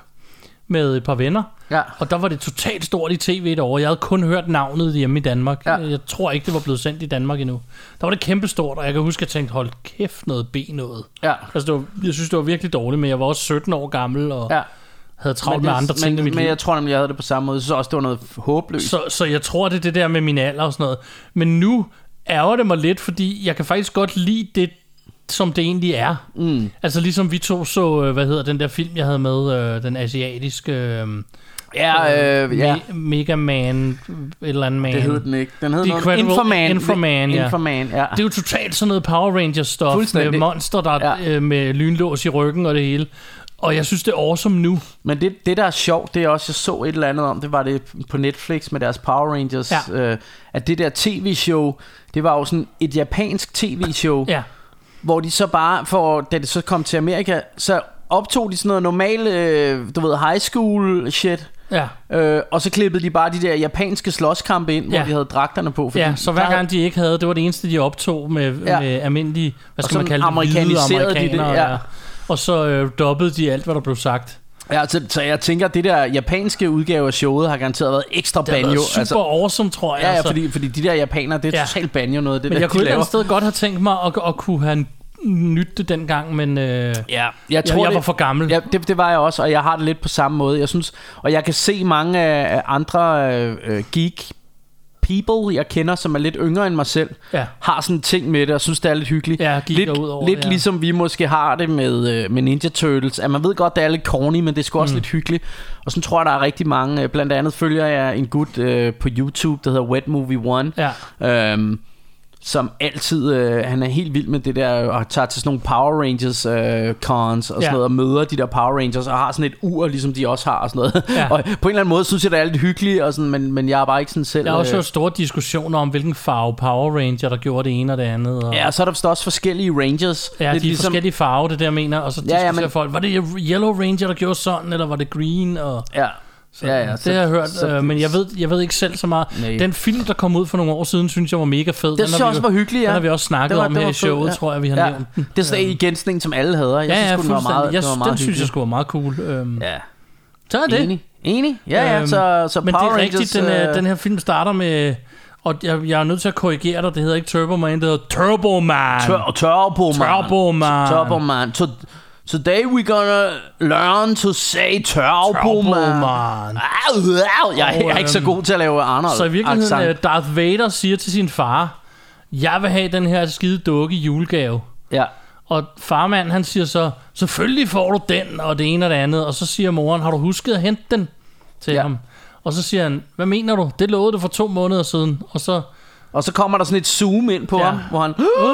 B: med et par venner.
C: Ja.
B: Og der var det totalt stort i tv derovre. Jeg havde kun hørt navnet hjemme i Danmark.
C: Ja.
B: Jeg tror ikke, det var blevet sendt i Danmark endnu. Der var det kæmpestort, og jeg kan huske, at jeg tænkte, hold kæft, noget B noget.
C: Ja.
B: Altså, det var, jeg synes, det var virkelig dårligt, men jeg var også 17 år gammel og
C: Ja.
B: havde travlt
C: Men
B: med
C: det-
B: andre ting
C: men,
B: i mit
C: Men
B: liv.
C: jeg tror nemlig, jeg havde det på samme måde. Jeg synes også, det var noget håbløst.
B: Så, så jeg tror, det er det der med min alder og sådan noget. Men nu ærger det mig lidt, fordi jeg kan faktisk godt lide det, som det egentlig er. Mm. Altså ligesom vi to så, øh, hvad hedder den der film, jeg havde med, øh, den asiatiske øh,
C: ja, øh, ja.
B: me- Mega Man, et eller andet man.
C: Det hed den ikke. Den hed
B: The
C: noget
B: Incredible
C: Infoman.
B: Infoman, ja.
C: Infoman, ja.
B: Det er jo totalt sådan noget Power Rangers-stof med
C: Fuldstændig.
B: monster, der ja.
C: Ja.
B: øh, med lynlås i ryggen og det hele. Og jeg synes, det er awesome nu.
C: Men det, det, der er sjovt, det er også, jeg så et eller andet om, det var det på Netflix med deres Power Rangers,
B: Ja.
C: ja. øh, at det der tv-show, det var jo sådan et japansk tv-show,
B: Ja.
C: hvor de så bare, for, da det så kom til Amerika, så optog de sådan noget normal, øh, du ved, high school shit,
B: Ja.
C: øh, og så klippede de bare de der japanske slåskampe ind, hvor
B: Ja.
C: de havde dragterne på.
B: Ja, så hver gang de ikke havde, det var det eneste, de optog med, ja.
C: Ja.
B: med almindelige, hvad skal man
C: sådan
B: kalde det, hvide
C: amerikaniserede de det,
B: amerikanere.
C: ja.
B: ja. Og så øh, dobbede de alt, hvad der blev sagt.
C: Ja, så, så jeg tænker, at det der japanske udgave af showet har garanteret været ekstra
B: Det har
C: banjo.
B: været super altså, awesome, tror jeg.
C: ja, ja,
B: altså.
C: fordi, fordi de der japanere, det er
B: Ja.
C: ja. totalt banjo noget. af Det,
B: Men
C: der,
B: jeg
C: de
B: kunne et eller
C: laver.
B: andet sted godt have tænkt mig at, at kunne have nyttet det dengang, men øh, ja,
C: Ja, jeg
B: jeg,
C: tror,
B: jeg
C: det-
B: var for gammel.
C: Ja, det, det var jeg også, og jeg har det lidt på samme måde. Jeg synes, og jeg kan se mange af af andre øh, øh, geek people, jeg kender, som er lidt yngre end mig selv,
B: Ja.
C: har sådan ting med det, og synes, det er lidt hyggeligt.
B: Ja, geeker
C: lidt
B: ud over
C: lidt
B: det, ja.
C: ligesom vi måske har det med, øh, med Ninja Turtles, at man ved godt, det er lidt corny, men det er sgu
B: Mm.
C: også lidt hyggeligt. Og så tror jeg, der er rigtig mange, øh, blandt andet følger jeg en gut øh, på YouTube, der hedder Wet Movie One,
B: Ja.
C: Øhm, som altid, øh, han er helt vild med det der, og tager til sådan nogle Power Rangers øh, cons og
B: Ja.
C: sådan noget, og møder de der Power Rangers, og har sådan et ur, ligesom de også har og sådan noget.
B: Ja.
C: Ja. og på en eller anden måde synes jeg, det er lidt hyggeligt, og sådan, men, men jeg er bare ikke sådan selv...
B: Jeg har også
C: øh,
B: hørt store diskussioner om, hvilken farve Power Ranger, der gjorde det ene og det andet. Og,
C: Ja, og så er der vist også forskellige Rangers.
B: ja de
C: Lidt
B: ligesom... forskellige farver, det der jeg mener. Og så
C: Ja, ja,
B: diskuterer ja, men...
C: men-
B: folk, var det Yellow Ranger, der gjorde sådan, eller var det Green? Og...
C: Ja. ja, ja,
B: det har jeg hørt, så, øh, men jeg ved, jeg ved ikke selv så meget. Nej.
C: Nej.
B: Den film, der kom ud for nogle år siden, synes jeg var mega fed.
C: Det synes jeg også var hyggeligt, ja.
B: Den har vi også snakket
C: Det var-
B: om
C: det
B: her
C: var
B: i showet,
C: fedt, ja.
B: tror jeg, vi har nævnt den.
C: Det er sådan igen sådan en, som alle hader. Jeg
B: Ja,
C: synes,
B: ja,
C: sgu, den var
B: fuldstændig.
C: meget,
B: jeg,
C: den var meget
B: den synes jeg
C: hyggelig.
B: skulle være meget cool. Øhm, ja.
C: Ja,
B: Så er det.
C: enig. Enig? Ja, ja,
B: Øhm,
C: så, så
B: men
C: Power
B: det er
C: Rangers...
B: rigtigt, den, øh,
C: øh,
B: den her film starter med... Og jeg, jeg er nødt til at korrigere dig, det hedder ikke Turbo Man, det hedder Turbo Man.
C: Tør, Turbo Man.
B: Turbo Man.
C: Turbo Man. To, Today we gonna learn to say turbo,
B: Turbo,
C: man.
B: man.
C: Au, au. Jeg,
B: Og,
C: jeg er ikke så
B: øhm,
C: god til at lave Arnold.
B: Så i virkeligheden,
C: accent.
B: accent. Darth Vader siger til sin far, jeg vil have den her skide dukke i julegave.
C: Ja.
B: Og farmand, han siger så, selvfølgelig får du den, og det ene og det andet. Og så siger moren, har du husket at hente den til
C: Ja.
B: ja. ham? Og så siger han, hvad mener du? Det lovede du for to måneder siden. Og så,
C: Og så kommer der sådan et zoom ind på ja.
B: Ja.
C: ham, hvor han...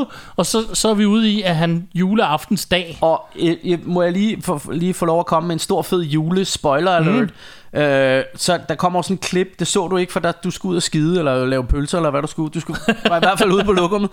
B: uh, og så, så er vi ude i, at han juleaftensdag,
C: Og øh, øh, må jeg lige få, lige få lov at komme med en stor fed jule-spoiler alert.
B: Mhm.
C: Mm. Øh, så der kommer sådan en klip, det så du ikke, for der, du skulle ud og skide, eller lave pølser, eller hvad du skulle. Du skulle, var i hvert fald ude på lokummet.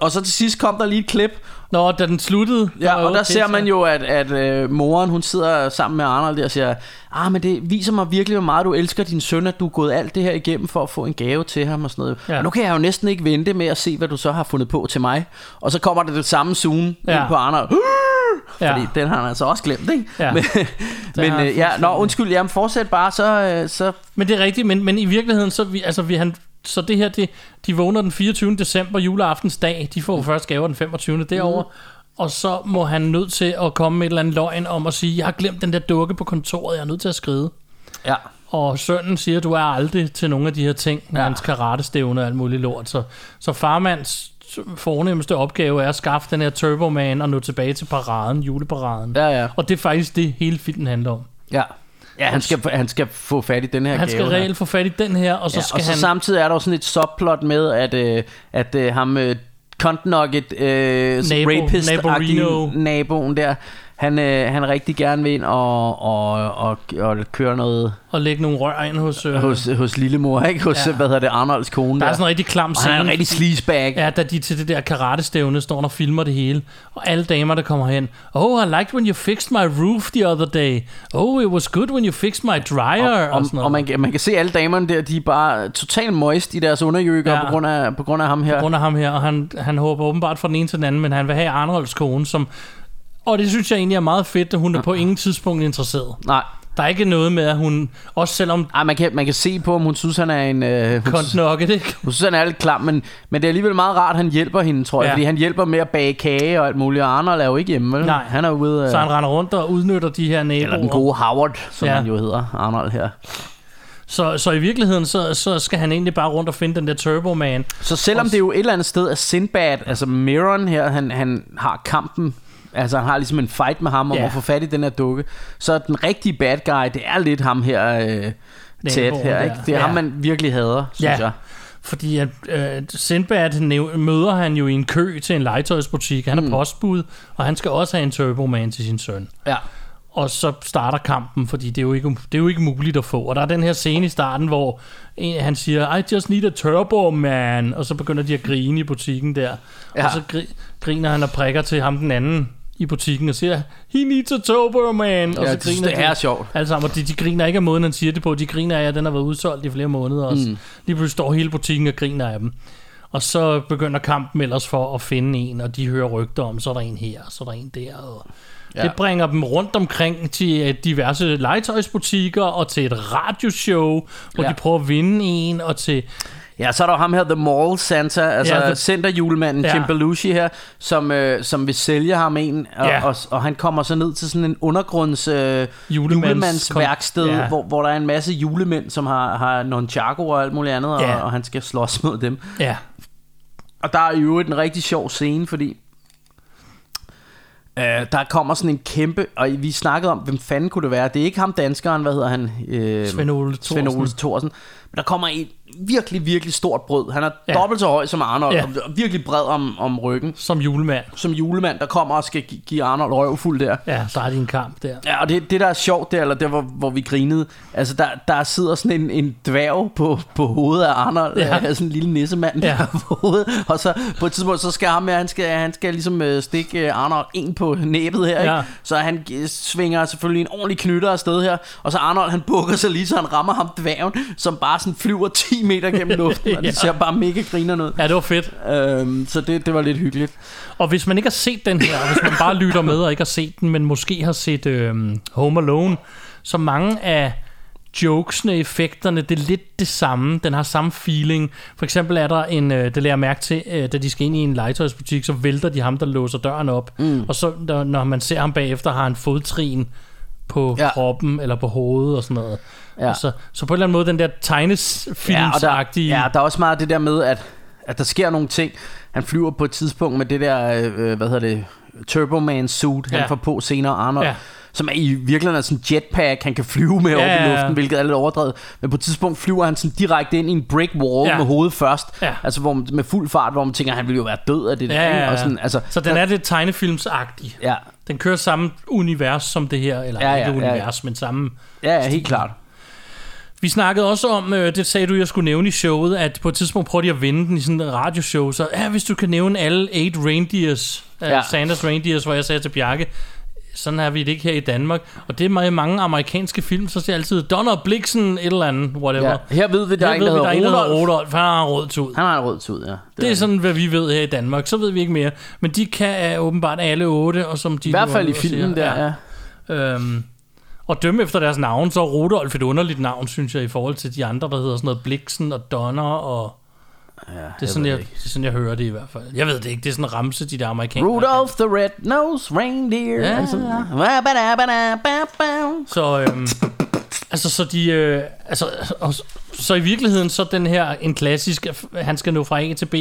C: Og så til sidst kom der lige et klip,
B: når da den sluttede.
C: Ja,
B: var
C: og der
B: okay,
C: ser
B: så-
C: man jo, at, at øh, moren, hun sidder sammen med Arnold der og siger, ah, men det viser mig virkelig, hvor meget du elsker din søn, at du er gået alt det her igennem for at få en gave til ham og sådan noget. Ja.
B: Ja.
C: Og nu kan jeg jo næsten ikke vente med at se, hvad du så har fundet på til mig. Og så kommer der det samme zoom ja.
B: Ja.
C: ind på Arnold.
B: Ja.
C: Fordi den har han altså også glemt, ikke?
B: Ja.
C: Men, men
B: har han
C: øh, ja, nå, undskyld, jamen fortsæt bare, så... Øh, så
B: Men det er rigtigt, men, men i virkeligheden, så, vi, altså, vi, han, så det her, det, de vågner den 24. december, juleaftensdag, de får først gaver den 25.
C: Mm.
B: derovre, og så må han nødt til at komme med et eller andet løgn om at sige, jeg har glemt den der dukke på kontoret, jeg er nødt til at skride.
C: ja.
B: Og sønnen siger, du er aldrig til nogle af de her ting, ja.
C: Ja.
B: hans karatestævne og alt muligt lort. Så, så farmands fornemmeste opgave er at skaffe den her Turbo Man og nå tilbage til paraden, juleparaden.
C: Ja, ja.
B: Og det er faktisk det, hele filmen handler om.
C: ja. Ja, han skal, han skal få fat i den her
B: Han
C: gave.
B: skal
C: her.
B: reelt få fat i den her, og så
C: Ja,
B: skal
C: og så
B: han...
C: samtidig er der jo sådan et subplot med, at, øh, at øh, ham øh, Contnugget, øh,
B: Nabo-
C: rapist
B: Naborino.
C: naboen der, han, øh, han rigtig gerne vil ind og, og, og, og køre noget
B: og lægge nogle rør ind hos... Øh, hos
C: hos, hos lillemor, ikke? Hos, ja.
B: Ja.
C: hvad hedder det, Arnolds kone
B: der
C: der.
B: er sådan en rigtig klam
C: og han er en
B: scene.
C: rigtig sleazebag. Ja.
B: Ja, da de til det der karatestævne står og filmer det hele, og alle damer, der kommer hen. Oh, I liked when you fixed my roof the other day. Oh, it was good when you fixed my dryer.
C: Og,
B: sådan noget.
C: og man, kan- man kan se alle damerne der, de er bare totalt moist i deres underjøkker ja.
B: Ja.
C: på, grund af, på grund af ham her.
B: grund af ham her, og han, han håber åbenbart fra den ene til den anden, men han vil have Arnolds kone, som... Og det synes jeg egentlig er meget fedt, at hun er på ingen tidspunkt interesseret.
C: Nej,
B: Der er ikke noget med, at hun... Også selvom
C: Ej, man, kan, man kan se på, om hun synes, han er en... Øh, hun,
B: Cunt Nugget, ikke?
C: Jeg synes, han er lidt klam, men, men det er alligevel meget rart, at han hjælper hende, tror jeg. Ja.
B: Ja.
C: Fordi han hjælper med at bage kage og alt muligt, og Arnold er jo ikke hjemme, vel?
B: Nej.
C: Han er jo ude... øh,
B: Så han render rundt og udnytter de her naboer.
C: Eller den gode Howard, som ja.
B: Ja.
C: han jo hedder, Arnold her.
B: Så, så i virkeligheden, så, så skal han egentlig bare rundt og finde den der Turbo Man.
C: Så selvom det jo et eller andet sted er Sinbad, altså Miron her, han, han har kampen, altså han har ligesom en fight med ham om
B: Ja.
C: at få fat i den her dukke, så er den rigtige bad guy, det er lidt ham her, øh, Ted
B: Naboen
C: her,
B: der.
C: ikke? Det er
B: Ja.
C: ham, man virkelig hader, synes jeg.
B: Fordi at, øh, Sindbad næv- møder han jo i en kø til en legetøjsbutik. Han er mm. postbud, og han skal også have en Turbo Man til sin søn.
C: Ja.
B: Og så starter kampen, fordi det er, jo ikke, det er jo ikke muligt at få. Og der er den her scene i starten, hvor en, han siger, I just need a turbo man. Og så begynder de at grine i butikken der. Ja.
C: Ja.
B: Og så gri, griner han og prikker til ham den anden i butikken og siger, he needs a turbo man. Og
C: Ja,
B: så
C: det synes jeg er sjovt.
B: alle sammen, og de, de griner ikke af måden, han siger det på. De griner af, at den har været udsolgt i flere måneder også. Mm. Lige pludselig står hele butikken og griner af dem. Og så begynder kampen ellers for at finde en, og de hører rygter om, så er der en her, så er der en der. Og ja. Det bringer dem rundt omkring til øh, diverse legetøjsbutikker og til et radioshow, hvor
C: Ja.
B: ja. de prøver at vinde en, og til...
C: Ja, så er der jo ham her, The Mall Santa, altså
B: Ja,
C: ja,
B: the-
C: centerjulemanden ja.
B: Ja.
C: Jim Belushi her, som, øh, som vil sælge ham en, og, ja.
B: Ja.
C: og, og han kommer så ned til sådan en undergrunds øh,
B: Julemands-
C: julemandsværksted,
B: Ja.
C: hvor, hvor der er en masse julemænd, som har, har nonchaco og alt muligt andet,
B: Ja.
C: og, og han skal slås mod dem.
B: Ja,
C: Og der er i øvrigt en rigtig sjov scene, fordi øh, der kommer sådan en kæmpe, og vi snakkede om, hvem fanden kunne det være. Det er ikke ham danskeren, hvad hedder han? Øh,
B: Svend Ole Thorsen.
C: Svend Ole Thorsen. Men der kommer en virkelig, virkelig stort brød. Han er ja.
B: Ja.
C: dobbelt så høj som Arnold, ja.
B: Ja.
C: og virkelig bred om, om ryggen.
B: som julemand.
C: Som julemand, der kommer og skal gi- give Arnold røvfuld der.
B: Ja, der er de en kamp der.
C: Ja, og det, det der er sjovt der, eller der hvor, hvor vi grinede, altså der, der sidder sådan en, en dværg på, på hovedet af Arnold, ja.
B: Ja.
C: sådan en lille nissemand ja.
B: Ja.
C: på hovedet, og så på et tidspunkt, så skal ham her, han skal, han skal ligesom øh, stikke øh, Arnold ind på næbet her, ja.
B: Ja.
C: ikke? så han øh, svinger selvfølgelig en ordentlig knytter afsted her, og så Arnold han bukker sig lige, så han rammer ham dværgen, som bare sådan flyver 10 meter gennem luften, og det
B: Ja.
C: ser bare mega griner ud.
B: Ja, det var fedt.
C: Øhm, så det, det var lidt hyggeligt.
B: Og hvis man ikke har set den her, og hvis man bare øhm, lytter med og ikke har set den, men måske har set øh, Home Alone, så mange af jokesene, effekterne, det er lidt det samme. Den har samme feeling. For eksempel er der en, øh, det lærer jeg mærke til, øh, da de skal ind i en legetøjsbutik, så vælter de ham, der låser døren op. Mm. Og så når, når man ser ham bagefter, har han fodtrin på ja. kroppen eller på hovedet og sådan noget.
C: Ja.
B: Og så, så på en eller anden måde, den der tegnesfilmsagtige...
C: Ja, der er også meget det der med, at, at der sker nogle ting. Han flyver på et tidspunkt med det der, øh, hvad hedder det, Turboman suit, han
B: Ja.
C: ja. får på senere, Arnold.
B: Ja.
C: Ja. Som er i virkeligheden er sådan en jetpack, han kan flyve med ja,
B: ja,
C: op i
B: ja.
C: luften, hvilket er lidt overdrevet. Men på et tidspunkt flyver han sådan direkte ind i en brick wall
B: Ja.
C: ja. med hovedet først.
B: Ja.
C: Ja. Altså hvor man, med fuld fart, hvor man tænker, han ville jo være død af det der.
B: Ja,
C: ikke?
B: ja, ja.
C: Og sådan, altså,
B: Så den er lidt tegnefilmsagtig.
C: Ja,
B: Den kører samme univers som det her, eller
C: Ja,
B: ja, ja,
C: ja,
B: ikke
C: ja, ja.
B: univers, ja. men samme.
C: ja, ja helt klart.
B: Vi snakkede også om, øh, det sagde du, jeg skulle nævne i showet, at på et tidspunkt prøver de at vende den i sådan en radioshow, så ja, hvis du kan nævne alle eight reindeers, ja.
C: Ja.
B: Sanders reindeers, hvor jeg sagde til Bjarke, sådan har vi det ikke her i Danmark. Og det er meget mange amerikanske film, så siger jeg altid Donner, Bliksen, et eller andet, whatever.
C: Ja.
B: Ja.
C: Her ved vi, der er en, der hedder Rudolf.
B: Rodolf, han har en rød tud.
C: Han har en rød tud, ja.
B: Det er sådan, hvad vi ved her i Danmark. Så ved vi ikke mere. Men de kan øh, åbenbart alle otte, og som de
C: I hvert fald i filmen der, ja.
B: Øhm, og dømme efter deres navn, så er Rudolf et underligt navn, synes jeg, i forhold til de andre, der hedder sådan noget Bliksen og Donner og... Ja, det, er sådan,
C: ved
B: jeg,
C: det
B: det er sådan, jeg hører det i hvert fald. Jeg ved det ikke. Det er sådan en ramse, de der amerikanere.
C: Rudolph the Red-Nosed Reindeer.
B: Ja.
C: Altså, ba-ba-da-ba-da-ba-ba.
B: Så, øhm, altså, så de... Øh, altså, og, så- så i virkeligheden, så er den her en klassisk, han skal nå fra A til B,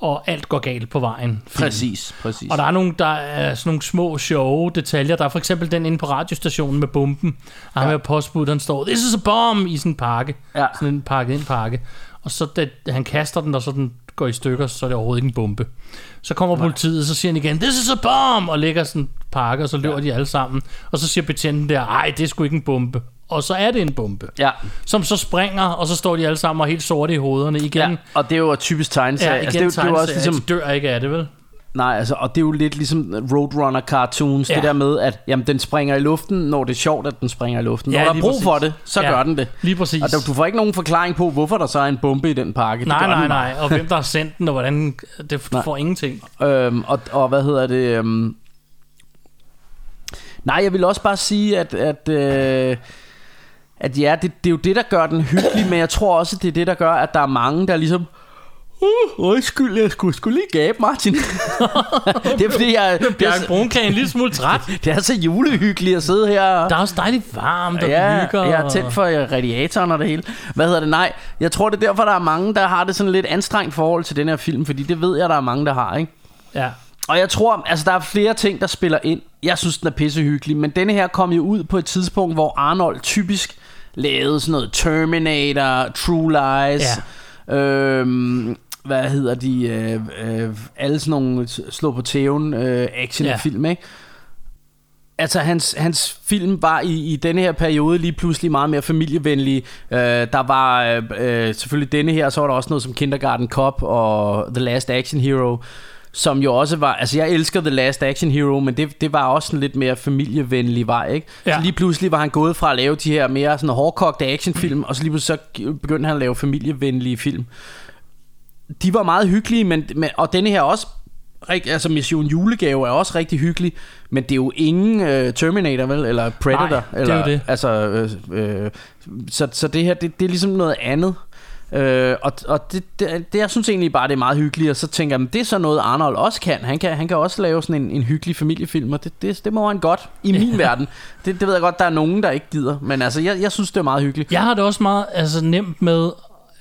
B: og alt går galt på vejen.
C: Præcis, præcis.
B: Og der er, nogle, der er sådan nogle små, sjove detaljer. Der er for eksempel den inde på radiostationen med bomben. Og ham ja. postbud, han står, this is a bomb, i sådan en pakke.
C: Ja.
B: Sådan en pakket ind pakke. Og så da han kaster den, og så den går i stykker, så er det overhovedet ikke en bombe. Så kommer politiet, og så siger han igen, this is a bomb, og lægger sådan en pakke, og så løber ja. de alle sammen. Og så siger betjenten der, ej, det er sgu ikke en bombe. Og så er det en bombe.
C: Ja.
B: Som så springer, og så står de alle sammen og er helt sorte i hovederne igen.
C: Ja, og det er jo typisk tegnesag.
B: Ja, igen
C: altså, det, er jo- det er jo også ligesom,
B: dør ikke af det, vel?
C: nej, altså, og det er jo lidt ligesom Roadrunner cartoons, ja.
B: Ja.
C: det der med, at jamen, den springer i luften, når det er sjovt, at den springer i luften. Når
B: Ja,
C: der er
B: lige
C: brug
B: præcis.
C: for det, så
B: Ja,
C: ja. gør den det.
B: lige præcis.
C: Og der, du får ikke nogen forklaring på, hvorfor der så er en bombe i den pakke. Det
B: Nej,
C: gør
B: nej,
C: den bare.
B: nej. Og hvem der har sendt den, og hvordan... Det f- får ingenting.
C: Øhm, og, og hvad hedder det? Øhm... Nej, jeg vil også bare sige, at, at, øh... at ja, det, det er jo det, der gør den hyggelig, men jeg tror også, det er det, der gør, at der er mange, der ligesom... Uh, undskyld, jeg skulle, skulle lige gabe, Martin. det er fordi, jeg, det,
B: Bjarke
C: er,
B: Brunkan er en lille smule træt.
C: det er så julehyggeligt at sidde her og...
B: Der er også dejligt varmt og
C: Ja,
B: hygger.
C: jeg er
B: og-
C: tæt for øh, radiatoren og det hele. Hvad hedder det? Nej, jeg tror, det er derfor, der er mange, der har det sådan lidt anstrengt forhold til den her film, fordi det ved jeg, der er mange, der har, ikke?
B: Ja.
C: Og jeg tror, altså der er flere ting, der spiller ind. Jeg synes, den er pissehyggelig, men denne her kom jo ud på et tidspunkt, hvor Arnold typisk lavede sådan noget Terminator, True Lies, ja. øhm, hvad hedder de, øh, øh, alle sådan nogle s- slå på tæven øh, actionfilm, ja. ikke? Altså hans, hans film var i, i denne her periode lige pludselig meget mere familievenlige. Øh, der var øh, øh, selvfølgelig denne her, og så var der også noget som Kindergarten Cop og The Last Action Hero, som jo også var... Altså jeg elsker The Last Action Hero, men det, det var også en lidt mere familievenlig vej, ikke? Ja.
B: Ja.
C: Så lige pludselig var han gået fra at lave de her mere sådan hårdkogte actionfilm, og så lige pludselig så begyndte han at lave familievenlige film de var meget hyggelige, men, men, og denne her også, rig- altså Mission Julegave er også rigtig hyggelig, men det er jo ingen øh, Terminator, vel? Eller Predator?
B: Nej, det er
C: eller,
B: jo det.
C: Altså, øh, øh, så, så det her, det, det er ligesom noget andet. Øh, og og det, det, det, jeg synes egentlig bare, det er meget hyggeligt, og så tænker jeg, men det er så noget, Arnold også kan. Han kan, han kan også lave sådan en, en hyggelig familiefilm, og det, det, det må han godt, i min verden. Det, det ved jeg godt, der er nogen, der ikke gider, men altså, jeg, jeg synes, det er meget hyggeligt.
B: Jeg har det også meget altså, nemt med...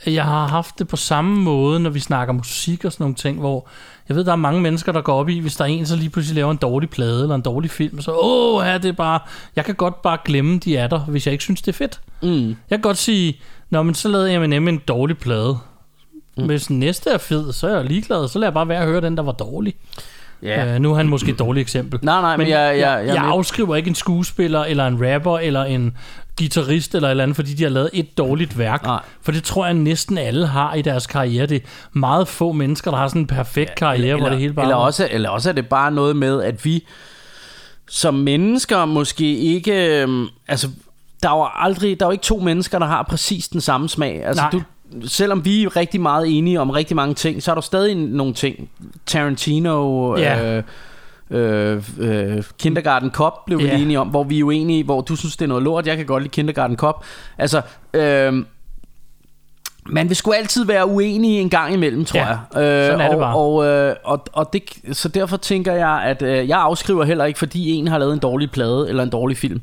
B: Jeg har haft det på samme måde, når vi snakker musik og sådan nogle ting, hvor jeg ved, der er mange mennesker, der går op i, hvis der er en, så lige pludselig laver en dårlig plade eller en dårlig film, så åh, ja, det er bare... Jeg kan godt bare glemme, de er der, hvis jeg ikke synes, det er fedt. Mm. Jeg kan godt sige, når men så lavede M&M en dårlig plade. Mm. Hvis den næste er fed, så er jeg ligeglad, så lader jeg bare være at høre den, der var dårlig. Ja. Øh, nu er han måske et dårligt eksempel.
C: Nej, nej, men jeg- jeg- jeg er
B: jeg, jeg
C: med.
B: afskriver ikke en skuespiller, eller en rapper, eller en guitarist, eller et eller andet, fordi de har lavet et dårligt værk.
C: Nej.
B: For det tror jeg næsten alle har i deres karriere. Det er meget få mennesker, der har sådan en perfekt karriere, hvor det hele bare...
C: eller, også, eller også er det bare noget med, at vi som mennesker måske ikke... øhm, Altså, der er jo aldrig, der er jo ikke to mennesker, der har præcis den samme smag. Altså,
B: Nej.
C: du, selvom vi er rigtig meget enige om rigtig mange ting, så er der stadig nogle ting. Tarantino,
B: Ja.
C: øh, øh, øh, Kindergarten Cop, blev vi
B: Ja.
C: yeah. enige om, hvor vi er jo enige, hvor du synes, det er noget lort, jeg kan godt lide Kindergarten Cop. Altså, øh, man vil sgu altid være uenige en gang imellem, tror
B: Ja,
C: jeg.
B: sådan er det
C: og,
B: bare.
C: Og, øh, og, og det, så derfor tænker jeg, at øh, jeg afskriver heller ikke, fordi en har lavet en dårlig plade eller en dårlig film.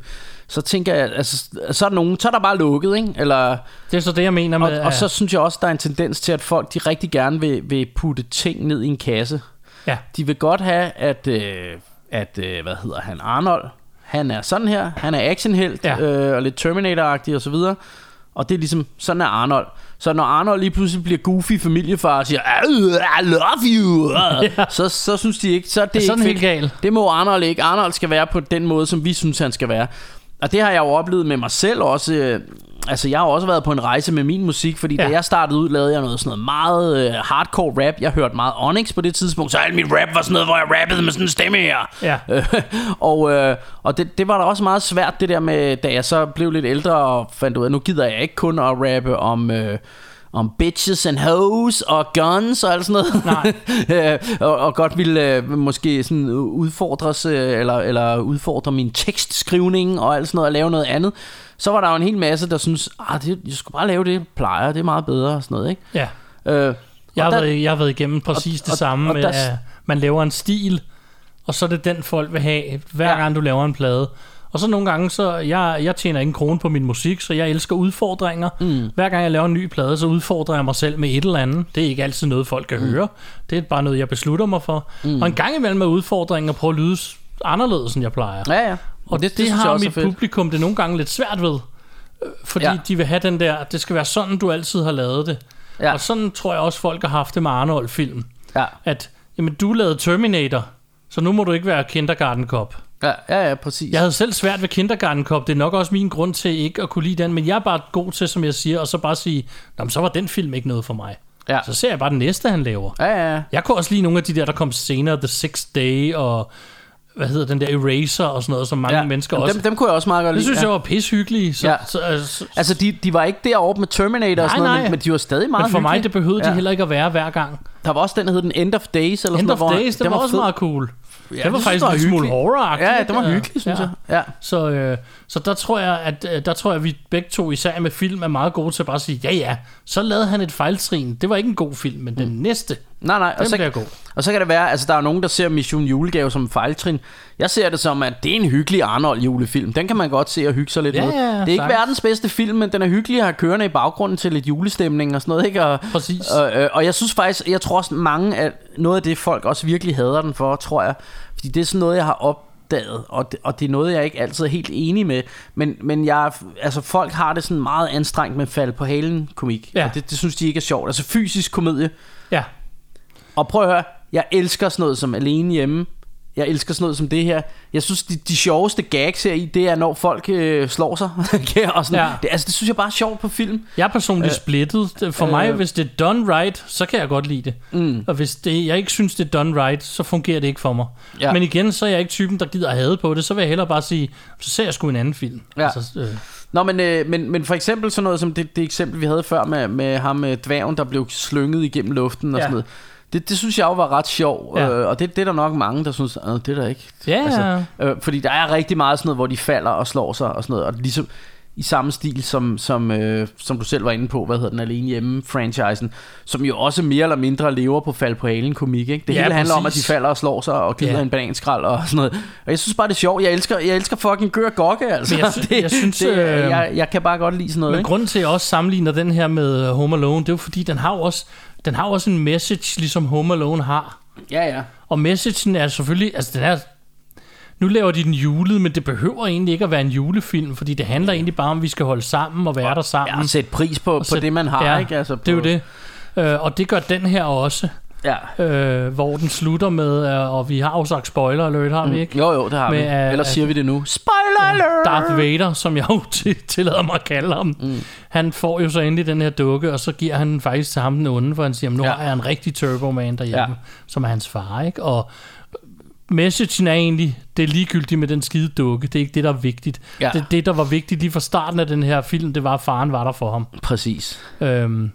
C: Så tænker jeg, altså, så er, der nogen, så er der bare lukket, ikke? Eller,
B: Det er så det, jeg mener med...
C: og, og så
B: at-
C: synes jeg også, der er en tendens til, at folk de rigtig gerne vil, vil putte ting ned i en kasse.
B: Ja.
C: De vil godt have, at, øh, at øh, hvad hedder han, Arnold, han er sådan her, han er actionhelt,
B: Ja.
C: øh, og lidt Terminator-agtig og så videre. Og det er ligesom, sådan er Arnold. Så når Arnold lige pludselig bliver goofy familiefar og siger, "Øh, I love you, øh, så, så synes de ikke, så er det
B: Sådan
C: ikke
B: helt
C: fedt.
B: gal.
C: Det må Arnold ikke. Arnold skal være på den måde, som vi synes, han skal være. Og det har jeg jo oplevet med mig selv også. øh, Altså, jeg har også været på en rejse med min musik, fordi ja. da
B: Ja.
C: jeg startede ud, lavede jeg noget sådan noget meget øh, hardcore rap. Jeg hørte meget Onyx på det tidspunkt, så alt mit rap var sådan noget, hvor jeg rappede med sådan en stemme her.
B: Ja.
C: Øh, og øh, og det, det var da også meget svært, det der med, da jeg så blev lidt ældre og fandt ud af, nu gider jeg ikke kun at rappe om... Øh, om bitches and hoes og guns og alt sådan noget. Nej. øh, og, og godt ville øh, måske sådan udfordres, øh, eller, eller udfordre min tekstskrivning og alt sådan noget, og lave noget andet. Så var der jo en hel masse, der synes, ah, det, jeg skulle bare lave det, jeg plejer, det er meget bedre og sådan noget, ikke?
B: ja.
C: Øh,
B: Jeg,
C: og
B: har
C: der-
B: været, jeg har været igennem præcis
C: og-
B: det
C: og-
B: samme
C: og
B: med,
C: der-
B: at man laver en stil, og så er det den, folk vil have, hver
C: Ja.
B: gang du laver en plade. Og så nogle gange, så jeg, jeg tjener ikke en krone på min musik, så jeg elsker udfordringer. Mm. Hver gang jeg laver en ny plade, så udfordrer jeg mig selv med et eller andet. Det er ikke altid noget, folk kan mm. høre. Det er bare noget, jeg beslutter mig for. Mm. Og en gang imellem er udfordringen at prøve at lyde s- anderledes, end jeg plejer.
C: Ja, ja.
B: Og det, det, det
C: synes
B: har
C: også er
B: mit publikum det nogle gange lidt svært ved. Øh, Fordi
C: Ja.
B: ja. de vil have den der, det skal være sådan, du altid har lavet det.
C: Ja.
B: Ja. Og sådan tror jeg også, folk har haft det med Arnold-film.
C: Ja.
B: At, jamen, du lavede Terminator, så nu må du ikke være Kindergarten Cop.
C: Ja, ja, ja, præcis.
B: Jeg havde selv svært ved Kindergarten Cop. Det er nok også min grund til ikke at kunne lide den, men jeg er bare god til, som jeg siger, og så bare sige, "Nå, men så var den film ikke noget for mig.
C: Ja.
B: Så ser jeg bare den næste, han laver.
C: Ja, ja, ja.
B: Jeg kunne også lide nogle af de der, der kom senere, The Sixth Day og hvad hedder den der Eraser og sådan noget, som mange
C: ja.
B: ja. mennesker
C: Dem-
B: også
C: Dem, dem kunne jeg også meget godt
B: det
C: lide.
B: synes
C: ja.
B: jeg var pishyggelige. Så,
C: Ja.
B: ja. så, altså,
C: Altså, de, de var ikke deroppe med Terminator og sådan
B: Nej,
C: noget,
B: nej.
C: men, men de var stadig meget
B: men for mig,
C: hyggelige.
B: det behøvede ja.
C: Ja.
B: de heller ikke at være hver gang.
C: Der var også den, der hed den End of Days, eller
B: End
C: sådan
B: of
C: noget, hvor-
B: Days, den
C: den
B: var også
C: fed.
B: meget cool. Ja,
C: jeg
B: den var
C: synes,
B: faktisk
C: den var
B: en smule
C: hyggelig.
B: horror
C: Ja, ja, den var hyggelig, synes jeg. Ja.
B: Så, øh, så der tror jeg, at øh, der tror jeg, at vi begge to, især med film, er meget gode til at bare sige, ja ja, så lavede han et fejltrin. Det var ikke en god film, men
C: Mm.
B: den næste,
C: Nej, nej. Og
B: den bliver
C: så,
B: god.
C: og så kan det være, altså der er nogen, der ser Mission Julegave som en fejltrin. Jeg ser det som, at det er en hyggelig Arnold julefilm. Den kan man godt se og hygge sig lidt
B: Ja,
C: med.
B: ja, ja,
C: det er ikke
B: sagtens.
C: verdens bedste film, men den er hyggelig at have kørende i baggrunden til lidt julestemning og sådan noget. Ikke? Og,
B: Præcis.
C: Og, øh, og jeg synes faktisk, jeg tror også mange af noget af det, folk også virkelig hader den for, tror jeg. Fordi det er sådan noget, jeg har opdaget, og det, og det er noget, jeg ikke altid er helt enig med. Men, men jeg, altså, folk har det sådan meget anstrengt med fald på halen komik.
B: Ja.
C: Og det, det synes de ikke er sjovt. Altså fysisk komedie.
B: Ja,
C: Og prøv at høre, jeg elsker sådan noget som alene hjemme. Jeg elsker sådan noget som det her. Jeg synes, de, de sjoveste gags her i, det er, når folk øh, slår sig. Ja, og sådan. Ja.
B: Ja.
C: Det, altså, det synes jeg bare er sjovt på film.
B: Jeg er personligt øh, splittet. Det- For øh, mig,
C: øh.
B: hvis det er done right, så kan jeg godt lide det. Mm. Og hvis det, jeg ikke synes, det er done right, så fungerer det ikke for mig.
C: Ja.
B: Ja. Men igen, så er jeg ikke typen, der gider at have på det. Så vil jeg hellere bare sige, så ser jeg sgu en anden film.
C: Ja.
B: øh,
C: Nå, men, øh, men, men for eksempel sådan noget som det, det eksempel, vi havde før med, med ham med dværgen, der blev slynget igennem luften og ja.
B: Ja.
C: sådan noget. Det, det synes jeg jo var ret sjovt, ja.
B: Ja.
C: øh, og det, det er der nok mange, der synes, "Åh, det er der ikke.
B: Ja.
C: øh, fordi der er rigtig meget sådan noget, hvor de falder og slår sig og sådan noget, og ligesom i samme stil som, som, øh, som du selv var inde på, hvad hedder den, Alene Hjemme-franchisen, som jo også mere eller mindre lever på fald på halen komik, ikke? Det
B: Ja,
C: hele handler om, at de
B: præcis.
C: falder og slår sig og glider
B: Ja.
C: en bananskrald og sådan noget. Og jeg synes bare, det er sjovt. Jeg elsker, jeg elsker fucking gør gokke, altså.
B: Men jeg sy- jeg synes,
C: det,
B: øh,
C: jeg, jeg kan bare godt lide sådan noget.
B: Men
C: ikke?
B: grunden til, at jeg også sammenligner den her med øh, Home Alone, det er jo fordi, den har jo også, den har jo også en message, ligesom Home Alone har.
C: Ja, ja.
B: Og messagen er selvfølgelig, altså den er, nu laver de den julet, men det behøver egentlig ikke at være en julefilm, fordi det handler egentlig bare om, at vi skal holde sammen og være der sammen.
C: ja og sætte pris på, på
B: Så-
C: det, man har,
B: ja,
C: ikke? Altså, på,
B: det er jo det. Øh, og det gør den her også,
C: Ja.
B: øh, hvor den slutter med, øh, og vi har jo sagt spoiler alert, har vi ikke?
C: Mm. Jo, jo, det har
B: Med,
C: vi.
B: øh,
C: Ellers
B: at-
C: siger vi det nu. Spoiler alert!
B: Darth Vader, som jeg jo til- tillader mig at kalde ham, mm. han får jo så endelig den her dukke, og så giver han den faktisk til ham den onde, for han siger, nu
C: Ja.
B: ja. har jeg en rigtig Turbo Man derhjemme,
C: Ja.
B: ja. som er hans far, ikke? Og messagen er egentlig, det er ligegyldigt med den skide dukke, det er ikke det, der er vigtigt.
C: Ja.
B: Ja. Det, det, der var vigtigt lige fra starten af den her film, det var, at faren var der for ham.
C: Præcis.
B: Øhm, og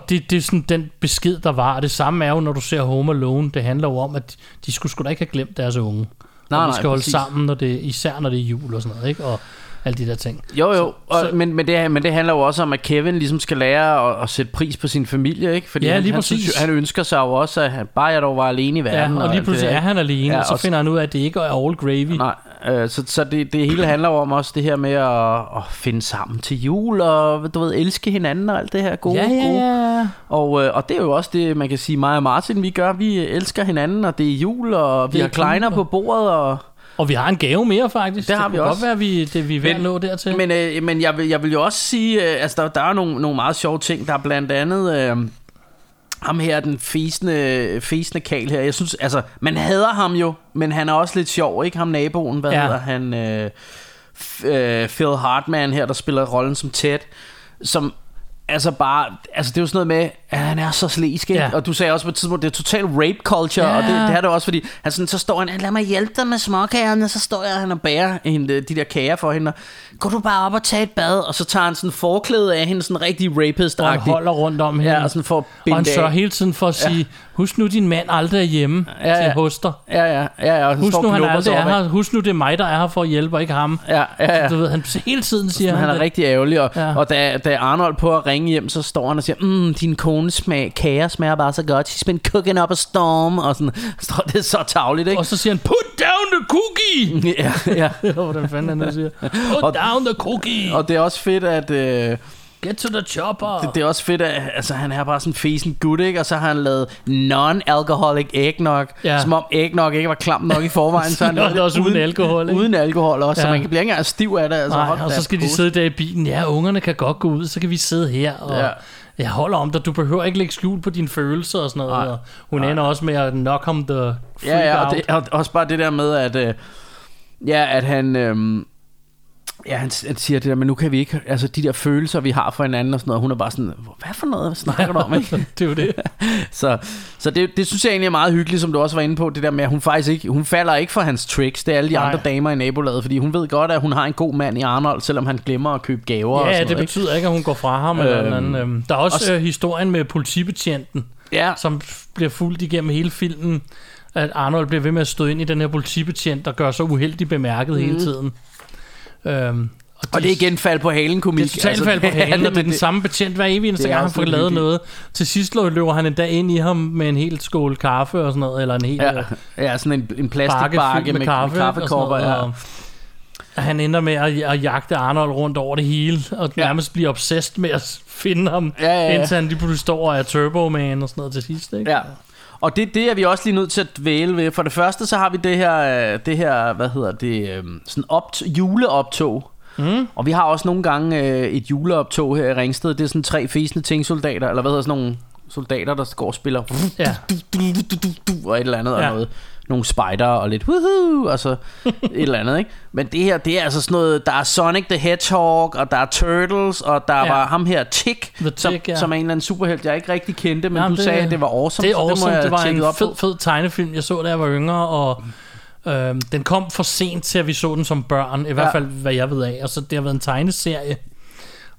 B: og det, det er sådan den besked, der var. Og det samme er jo, når du ser Home Alone. Det handler jo om, at de skulle sgu da ikke have glemt deres unge.
C: Nej,
B: og de
C: nej,
B: skal holde
C: præcis.
B: sammen, når det, især når det er jul og sådan noget. Ikke? Og alle de der ting.
C: Jo, jo, og, men, men, det, men det handler jo også om, at Kevin ligesom skal lære at, at sætte pris på sin familie, ikke? Fordi
B: Ja,
C: han,
B: lige
C: han,
B: præcis.
C: synes jo- han ønsker sig jo også, at han, bare jeg dog var alene i
B: Ja,
C: verden.
B: og lige
C: alt det
B: pludselig
C: der,
B: er
C: ikke?
B: han alene, ja, og så finder han ud af, at det ikke er all gravy.
C: Nej, øh, så, så det, det hele handler jo om også det her med at, at finde sammen til jul, og du ved, elske hinanden og alt det her gode.
B: Ja, ja,
C: gode.
B: ja.
C: Og, øh, og det er jo også det, man kan sige, mig og Martin, vi gør. Vi øh, elsker hinanden, og det er jul, og vi
B: er
C: har kleiner
B: jul,
C: på
B: og-
C: bordet. Og...
B: Og vi har en gave mere, faktisk.
C: Det har
B: det
C: vi
B: kunne
C: også.
B: godt være, at vi, det, vi er ved at
C: Men-
B: nå dertil.
C: Men, øh, men jeg, vil, jeg vil jo også sige, øh, altså der, der er nogle, nogle meget sjove ting. Der er blandt andet øh, ham her, den fæsende, fæsende kal her. Jeg synes, altså, man hader ham jo, men han er også lidt sjov, ikke? Ham naboen, hvad
B: Ja.
C: ja. hedder han? Øh, F- øh, Phil Hartman her, der spiller rollen som Ted, som... Altså bare, altså det er jo sådan noget med, at han er så slæsk,
B: Ja.
C: ja. og du sagde også på et tidspunkt, det er total rape culture,
B: Ja.
C: og det, det er det også, fordi han sådan, så står han, lad mig hjælpe dig med småkagerne, og så står jeg, han og bærer hende, øh, de der kager for hende, og, gå du bare op og tage et bad, og så tager han sådan forklædet af hende, sådan rigtig rapist
B: og han holder rundt om hende.
C: Ja, og sådan for at
B: og
C: binde
B: han
C: det
B: sørger
C: af.
B: hele tiden for at sige, husk nu, din mand aldrig er hjemme ja,
C: Ja,
B: ja.
C: ja.
B: til hoster.
C: Ja, ja, ja, ja. og så
B: Husk
C: står
B: nu, han
C: Knopper sig
B: aldrig er
C: op ad.
B: her. Husk nu, det er mig, der er her for at hjælpe, og ikke ham.
C: Ja, ja, ja.
B: Du ved, han hele tiden siger,
C: Men han
B: det.
C: er rigtig ærgerlig, og,
B: Ja.
C: ja. og da, da Arnold på at ringe hjem, så står han og siger, mm, din kones smag, kager smager bare så godt, she's been cooking up a storm, og sådan, står det er så tavligt, ikke?
B: Og så siger han, put down the cookie!
C: Ja, ja.
B: Eller Hvordan fanden han nu siger. Put
C: Og-
B: down the cookie!
C: Og det er også fedt, at... Øh,
B: Get to the chopper!
C: Det, det er også fedt, at altså, han er bare sådan en fesen gut, ikke? Og så har han lavet non-alcoholic eggnog.
B: Ja.
C: Ja. Som om eggnog ikke var klam nok i forvejen. Så han
B: Nå,
C: lavede
B: det er også uden alkohol, ikke?
C: Uden alkohol også, ja.
B: Ja.
C: så man kan blive ikke engang stiv af det. Altså,
B: Nej,
C: hold
B: og
C: da
B: så skal de
C: pose.
B: sidde der i bilen. Ja, ungerne kan godt gå ud, så kan vi sidde her. Og ja.
C: Ja.
B: Jeg holder om dig. Du behøver ikke lægge skjul på dine følelser og sådan noget.
C: Nej.
B: Og hun ender også med at knock ham the freak
C: Ja, ja, og,
B: out.
C: det, og også bare det der med, at, øh, ja, at han... Øh, Ja, han, han siger det der, men nu kan vi ikke... Altså, de der følelser, vi har for hinanden og sådan noget, hun er bare sådan, hvad for noget snakker du om, ikke?
B: det er jo det.
C: Så, så det, det synes jeg egentlig er meget hyggeligt, som du også var inde på, det der med, at hun faktisk ikke, hun falder ikke for hans tricks, det er alle de
B: Nej.
C: Nej. andre damer i nabolaget, fordi hun ved godt, at hun har en god mand i Arnold, selvom han glemmer at købe gaver og
B: Ja,
C: sådan
B: det
C: noget, ikke?
B: betyder ikke, at hun går fra ham. Eller
C: Øhm,
B: eller andet. øhm, Der er også,
C: også-
B: øh, historien med politibetjenten,
C: Ja,
B: Ah. som f- bliver fuldt igennem hele filmen. At Arnold bliver ved med at støde ind i den her politibetjent, der gør sig uheldigt bemærket mm. hele tiden. Øhm,
C: Mhm. og det er igen fald på halen komik.
B: Det er totalt fald på
C: det er altså-
B: halen,
C: det,
B: og det er den
C: men
B: samme betjent hver evig eneste
C: det er
B: gang, han får
C: absolut
B: lavet
C: hyggeligt.
B: noget. Til sidst løber han en dag ind i ham med en hel skål kaffe og sådan noget, eller en hel ja,
C: Ja, ja, sådan en, en
B: bakke fyldt
C: plastikbakke med,
B: med,
C: med
B: kaffe.
C: kaffekopper.
B: og sådan noget,
C: Ja.
B: og han ender med at, at jagte Arnold rundt over det hele, og
C: Ja.
B: nærmest bliver obsessed med at finde ham,
C: Ja, ja, ja.
B: indtil han lige pludselig står og er Turbo Man og sådan noget til sidst. Ikke?
C: Ja. Og det, det er vi også lige nødt til at dvæle ved. For det første, så har vi det her, øh, det her hvad hedder det, øh, sådan opt- juleoptog. Mm. Og vi har også nogle gange øh, et juleoptog her i Ringsted. Det er sådan tre fæsende tingsoldater, eller hvad hedder sådan nogle soldater, der går og spiller
B: Ja.
C: og et eller andet,
B: Ja.
C: og noget, nogle spider og lidt woohoo, og så et eller andet, ikke? Men det her, det er altså sådan noget, der er Sonic the Hedgehog, og der er Turtles, og der
B: Ja.
C: ja. var ham her, Tick,
B: The
C: som,
B: Tick, ja.
C: som er en eller anden superhelt, jeg ikke rigtig kendte, men
B: Jamen,
C: du sagde, at det var awesome.
B: Det er
C: så
B: awesome.
C: må
B: Det,
C: jeg
B: det var en
C: tjekke op
B: fed,
C: på.
B: fed tegnefilm, jeg så, da jeg var yngre, og øhm, den kom for sent til, at vi så den som børn, i hvert
C: Ja.
B: fald hvad jeg ved af. Og så det har været en tegneserie,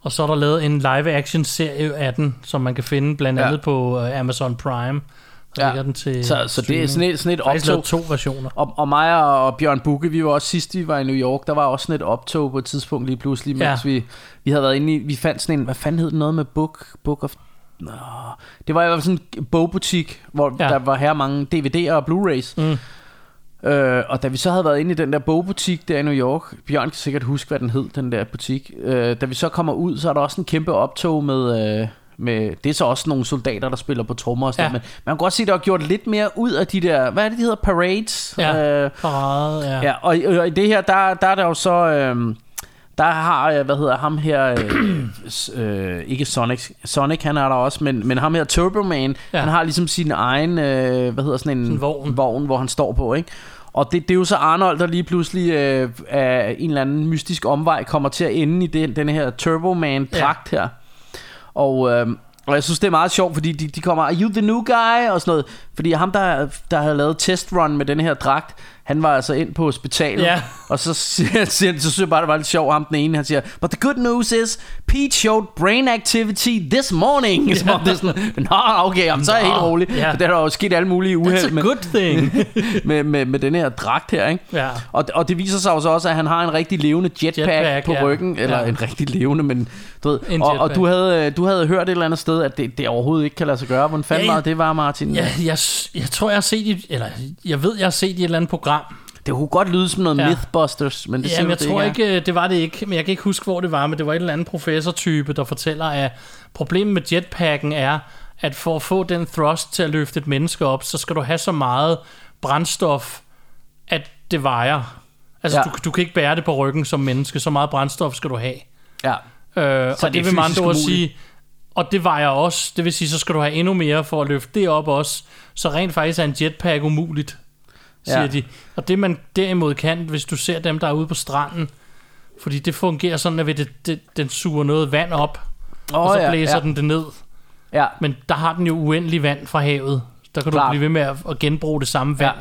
B: og så er der lavet en live-action-serie af den, som man kan finde blandt
C: Ja.
B: andet på øh, Amazon Prime. Der
C: Ja.
B: ligger den til
C: Så, så det er sådan et, sådan et
B: optog. lavet
C: optog.
B: to versioner.
C: Og, og mig og, og Bjørn Bukke, vi var også sidst, vi var i New York, der var også sådan et optog på et tidspunkt lige pludselig, mens
B: Ja.
C: ja. vi, vi havde været inde i, vi fandt sådan en, hvad fanden hed den, noget med book, book of, Nå, det var i hvert fald sådan en bogbutik, hvor
B: Ja.
C: ja. der var her mange DVD'er og Blu-rays. Mm. Øh, og da vi så havde været inde i den der bogbutik der i New York, Bjørn kan sikkert huske, hvad den hed, den der butik. Øh, da vi så kommer ud, så er der også en kæmpe optog med... Øh, med, det er så også nogle soldater, der spiller på trommer og sådan
B: Ja.
C: ja. men man kan godt se, der er gjort lidt mere ud af de der, hvad er det, de hedder, parades?
B: Ja,
C: Øh,
B: parade, ja.
C: Ja, og, i- og i det her, der, der er der jo så... Øhm, der har jeg, hvad hedder ham her, øh, s- øh, ikke Sonic, Sonic han er der også, men, men ham her Turbo Man,
B: Ja.
C: ja. han har ligesom sin egen, øh, hvad hedder sådan en
B: en vogn.
C: vogn, hvor han står på, ikke? Og det, det er jo så Arnold, der lige pludselig øh, af en eller anden mystisk omvej kommer til at ende i den, den her Turbo Man-dragt her. Og, øh, og jeg synes, det er meget sjovt, fordi de, de kommer, are you the new guy? Og sådan noget. Fordi ham, der, der havde lavet testrun med den her dragt, han var altså ind på hospitalet,
B: Ja.
C: og så siger, siger, så synes jeg bare, det var lidt sjovt, ham den ene, han siger, but the good news is, Pete showed brain activity this morning, som om det er sådan, nå, okay, jamen, så er jeg helt
B: Nå,
C: rolig,
B: ja.
C: for der er der jo sket alle mulige uheld.
B: That's a
C: men-
B: good thing.
C: med, med, med den her dragt her, ikke?
B: Ja.
C: Og, og det viser sig jo så også, at han har en rigtig levende jetpack,
B: Jetpack,
C: jetpack på
B: ja.
C: ja. ryggen, eller
B: Ja.
C: ja. en rigtig levende, men du ved,
B: En
C: og, og
B: jetpack.
C: du havde øh, du havde hørt et eller andet sted, at det, det overhovedet ikke kan lade sig gøre. Hvordan fanden
B: Ja, ja.
C: var det var, Martin?
B: Jeg, jeg, jeg tror, jeg har set, et, eller jeg ved, jeg har set i et eller andet program.
C: Det kunne godt lyde som noget
B: Ja.
C: ja. Mythbusters, men det siger
B: Jamen,
C: du,
B: jeg
C: det
B: tror
C: er.
B: ikke, øh, det var det ikke, men jeg kan ikke huske, hvor det var, men det var et eller andet professortype, der fortæller, at problemet med jetpacken er, at for at få den thrust til at løfte et menneske op, så skal du have så meget brændstof, at det vejer. Altså, ja.
C: Ja.
B: du, du kan ikke bære det på ryggen som menneske, så meget brændstof skal du have.
C: Ja.
B: Øh, så og
C: det
B: det
C: er
B: vil man
C: fysisk
B: dog
C: umuligt.
B: sige, og det vejer også, det vil sige, så skal du have endnu mere for at løfte det op også, så rent faktisk er en jetpack umuligt, siger ja.
C: Ja.
B: de. Og det man derimod kan, hvis du ser dem, der er ude på stranden, fordi det fungerer sådan, at ved det, det, den suger noget vand op,
C: Åh,
B: oh, og så
C: ja,
B: blæser
C: ja.
B: den det ned.
C: Ja.
B: Men der har den jo uendelig vand fra havet, der kan du
C: Klart.
B: blive ved med at at genbruge det samme vand.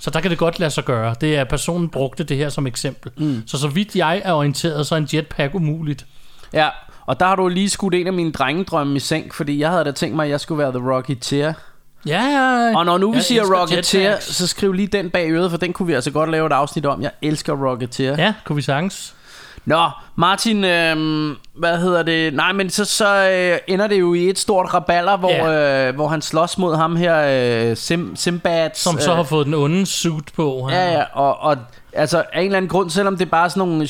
B: Så der kan det godt lade sig gøre. Det er, at personen brugte det her som eksempel. Mm. Så så vidt jeg er orienteret, så er en jetpack umuligt.
C: ja. Og der har du lige skudt en af mine drengedrømme i sænk, fordi jeg havde da tænkt mig, at jeg skulle være The Rocketeer.
B: Ja, ja.
C: Og når nu vi
B: Jeg
C: siger
B: elsker
C: Rocketeer,
B: jetpacks.
C: så skriv lige den bag øret, for den kunne vi altså godt lave et afsnit om. Jeg elsker Rocketeer.
B: Ja, kunne vi sagtens.
C: Nå, Martin, øhm, hvad hedder det? Nej, men så, så øh, ender det jo i et stort raballer, hvor, yeah. øh, hvor han slås mod ham her, øh, Sim, Simbad.
B: Som
C: øh,
B: så har fået den onde suit på. Han.
C: Ja, ja, og, og altså, af en eller anden grund, selvom det er bare sådan nogle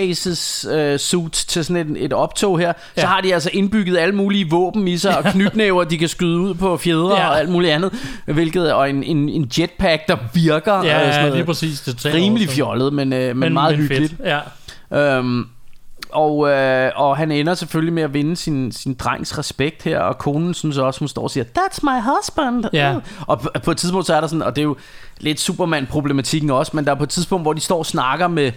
C: showcases øh, suits til sådan et, et optog her, ja.
B: Ja.
C: så har de altså indbygget alle mulige våben i sig, og knytnæver, de kan skyde ud på fjedre
B: Ja.
C: og alt muligt andet, hvilket, og en, en, en jetpack, der virker. og
B: ja,
C: sådan
B: ja
C: noget.
B: lige præcis. Det tager
C: Rimelig
B: over, så.
C: fjollet, men, øh, men, men meget
B: men
C: hyggeligt.
B: Fedt. Ja.
C: Øhm, og, øh, og han ender selvfølgelig med at vinde sin, sin drengs respekt her, og konen synes også, hun står og siger, that's my husband.
B: Ja.
C: Mm. Og på, på et tidspunkt, så er der sådan, og det er jo lidt Superman-problematikken også, men der er på et tidspunkt, hvor de står og snakker med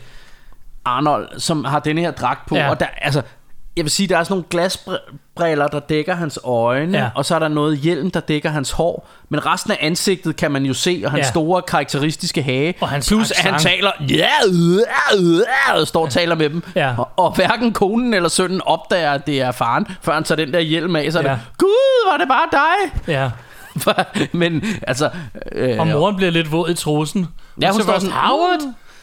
C: Arnold, som har denne her dragt på,
B: Ja.
C: ja. og der, altså, jeg vil sige, der er sådan nogle glasbriller, der dækker hans øjne,
B: Ja.
C: ja. og så er der noget hjelm, der dækker hans hår, men resten af ansigtet kan man jo se, og hans
B: Ja.
C: ja. store karakteristiske hage,
B: Og hans
C: plus at han
B: accent.
C: taler, ja, yeah, yeah, yeah, står og taler med dem,
B: Ja.
C: og, og hverken konen eller sønnen opdager, at det er faren, før han tager den der hjelm af, så er
B: Ja.
C: det, gud, var det bare dig?
B: ja.
C: men altså... Øh,
B: Og moren bliver lidt våd i trussen. Hun
C: hun
B: siger
C: står
B: først,
C: sådan,
B: Howard.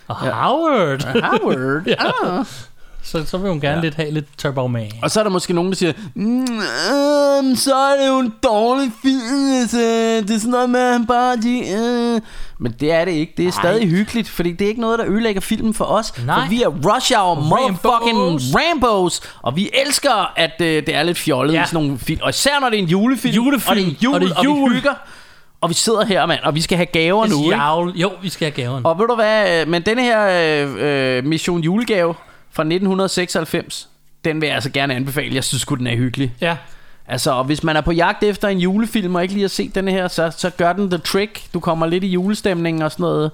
B: Og Howard.
C: Howard.
B: Ja.
C: ah.
B: så, så vil hun gerne ja. lidt have lidt Turbo Man.
C: Og så er der måske nogen, der siger, mm, øh, så er det jo en dårlig film, altså. det er sådan noget med, at han bare... De, øh. Men det er det ikke, det er stadig hyggeligt, fordi det er ikke noget, der ødelægger filmen for os,
B: Nej.
C: for vi er Rush Hour motherfucking
B: Rambos.
C: Rambos, og vi elsker, at øh, det er lidt fjollet
B: Ja.
C: ja. i sådan nogle film, og især når det er en julefilm,
B: Julefilm,
C: og det er jul,
B: og
C: og,
B: det er
C: og
B: jul. Altså,
C: vi hygger, og vi sidder her, mand, og vi skal have gaver nu, ikke?
B: Javl. Jo, vi skal have gaverne.
C: Og ved du hvad, øh, men denne her øh, øh, Mission Julegave fra 1996, den vil jeg altså gerne anbefale. Jeg synes sgu, den er hyggelig.
B: Ja.
C: Altså, og hvis man er på jagt efter en julefilm og ikke lige har set denne her, så, så gør den the trick. Du kommer lidt i julestemningen og sådan noget.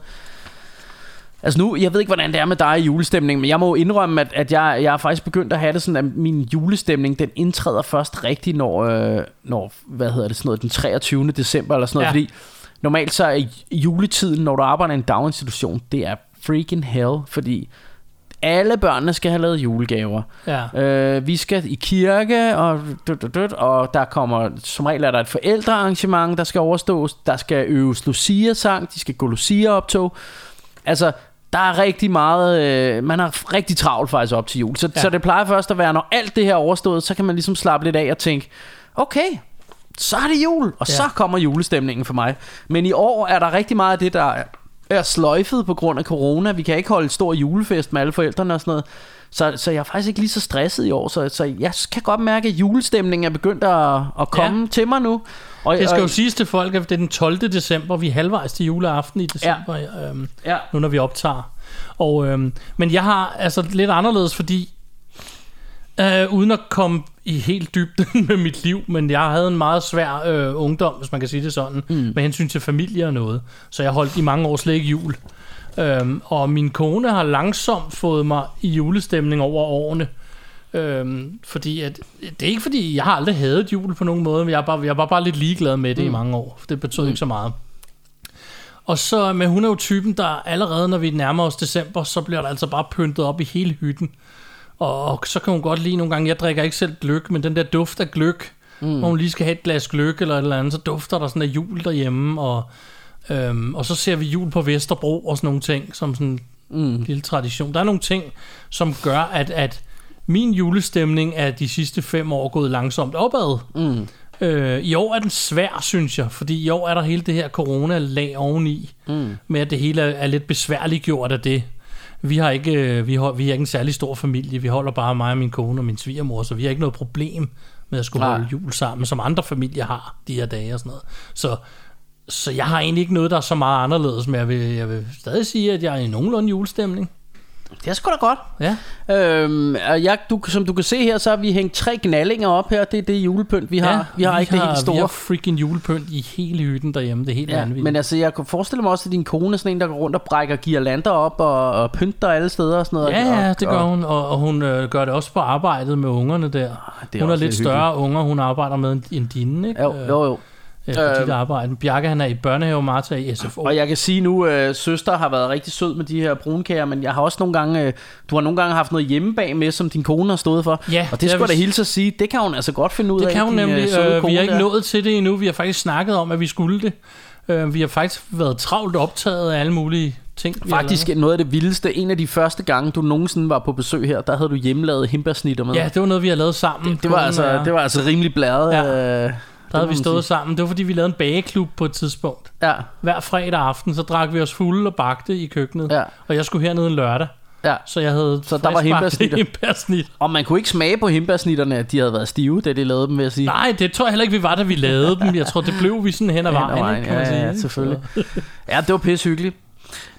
C: Altså nu, jeg ved ikke, hvordan det er med dig i julestemningen, men jeg må jo indrømme, at, at jeg, jeg er faktisk begyndt at have det sådan, at min julestemning, den indtræder først rigtig, når, øh, når hvad hedder det, sådan noget, den 23. december eller sådan noget,
B: Ja.
C: ja. fordi normalt så er juletiden, når du arbejder i en daginstitution, det er freaking hell, fordi alle børnene skal have lavet julegaver.
B: Ja.
C: Øh, vi skal i kirke, og, dut, dut, dut, og der kommer, som regel er der et forældrearrangement, der skal overstås. Der skal øves Lucia-sang, de skal gå Lucia-optog. Altså, der er rigtig meget, øh, man har rigtig travlt faktisk op til jul. Så,
B: Ja.
C: ja. så det plejer først at være, når alt det her er overstået, så kan man ligesom slappe lidt af og tænke, okay, så er det jul, og ja. så
B: Ja.
C: kommer julestemningen for mig. Men i år er der rigtig meget af det, der er sløjfet på grund af corona. Vi kan ikke holde en stor julefest med alle forældrene og sådan noget. Så, så jeg er faktisk ikke lige så stresset i år, så, så jeg kan godt mærke, at julestemningen er begyndt at, at komme
B: Ja.
C: ja. til mig nu. Og,
B: Det skal jo
C: og-
B: siges til folk, at det er den 12. december. Vi er halvvejs til juleaften i december, ja. øhm, ja.
C: Ja.
B: nu når vi optager. Og, øhm, men jeg har altså lidt anderledes, fordi øh, uden at komme i helt dybden med mit liv, men jeg havde en meget svær øh, ungdom, hvis man kan sige det sådan, mm. med hensyn til familie og noget. Så jeg holdt i mange år slet ikke jul. Øhm, og min kone har langsomt fået mig i julestemning over årene. Øhm, fordi at, det er ikke fordi, jeg har aldrig hadet jul på nogen måde, men jeg var bare, jeg var bare lidt ligeglad med det mm. i mange år. for Det betød mm. ikke så meget. Og så, men hun er jo typen, der allerede, når vi nærmer os december, så bliver der altså bare pyntet op i hele hytten. Og, og så kan hun godt lide nogle gange, jeg drikker ikke selv gløk, men den der duft af gløk, mm. hvor hun lige skal have et glas gløk eller et eller andet, så dufter der sådan af jul derhjemme, og, øhm, og så ser vi jul på Vesterbro og sådan nogle ting, som sådan en mm. lille tradition. Der er nogle ting, som gør, at, at min julestemning er de sidste fem år gået langsomt opad. Mm. Øh, I år er den svær, synes jeg, fordi i år er der hele det her corona-lag oveni, mm. med at det hele er, er lidt besværligt gjort af det. Vi har ikke, øh, vi, har, vi er ikke en særlig stor familie, vi holder bare mig og min kone og min svigermor, så vi har ikke noget problem med at skulle
C: Nej.
B: holde jul sammen, som andre familier har de her dage og sådan noget. Så, så jeg har egentlig ikke noget, der er så meget anderledes, men jeg vil, jeg vil stadig sige, at jeg er i nogenlunde julestemning.
C: Det er sgu da godt.
B: Ja.
C: Øhm, og jeg, du, som du kan se her, så har vi hængt tre knallinger op her. Det er det julepynt, vi har.
B: ja,
C: vi har ikke det helt
B: Vi har
C: store.
B: freaking julepynt i hele hytten derhjemme, det er helt ja,
C: Ja,
B: vanvittigt.
C: men altså, jeg kunne forestille mig også, at din kone er sådan en, der går rundt og brækker girlander op og, og pynter alle steder og sådan noget.
B: Ja,
C: og,
B: ja, det gør
C: og,
B: hun, og, og hun øh, gør det også på arbejdet med ungerne der.
C: Ah, det er
B: hun har
C: også
B: lidt
C: lidt
B: større unger, hun arbejder med end- end dine, ikke?
C: Jo, jo, jo.
B: Øh, på dit
C: Øh,
B: arbejde. Bjarke, han er i børnehave, Martha er i SFO.
C: Og jeg kan sige nu, øh, søster har været rigtig sød med de her brunkager, men jeg har også nogle gange, øh, du har nogle gange haft noget hjemme bag med, som din kone har stået for.
B: Ja,
C: og
B: det
C: det
B: er
C: skulle jeg da
B: vist-
C: hilse at sige, det kan hun altså godt finde ud af.
B: det kan hun
C: din,
B: nemlig.
C: søde
B: Øh, vi
C: kone
B: er ikke
C: der.
B: nået til det endnu. Vi har faktisk snakket om, at vi skulle det. Øh, vi har faktisk været travlt optaget af alle mulige ting. vi har
C: Faktisk noget af det vildeste, en af de første gange, du nogensinde var på besøg her, der havde du hjemmelavet himbærsnitter med.
B: lavet. Ja, det var noget, vi har lavet sammen.
C: det, var
B: Konen og
C: altså,
B: jeg.
C: det var altså rimelig bladet.
B: Ja.
C: øh, det
B: Der
C: må
B: havde vi
C: man
B: stået
C: sige.
B: sammen. Det var, fordi vi lavede en bageklub på et tidspunkt.
C: Ja,
B: Hver fredag aften, så drak vi os fulde og bagte i køkkenet.
C: Ja.
B: Og jeg skulle hernede en lørdag.
C: ja.
B: Så jeg havde
C: Så der var
B: friskbagte
C: hindbærsnitter.
B: hindbærsnitter.
C: Og man kunne ikke smage på himbærsnitterne, at de havde været stive, da de lavede dem, vil jeg sige.
B: Nej, det tror jeg heller ikke, vi var, da vi lavede dem. Jeg tror, det blev vi sådan hen ad
C: Hen ad
B: vejen,
C: vejen,
B: vejen kan man
C: ja,
B: sige.
C: ja,
B: ikke?
C: selvfølgelig. Ja, det var pissehyggeligt.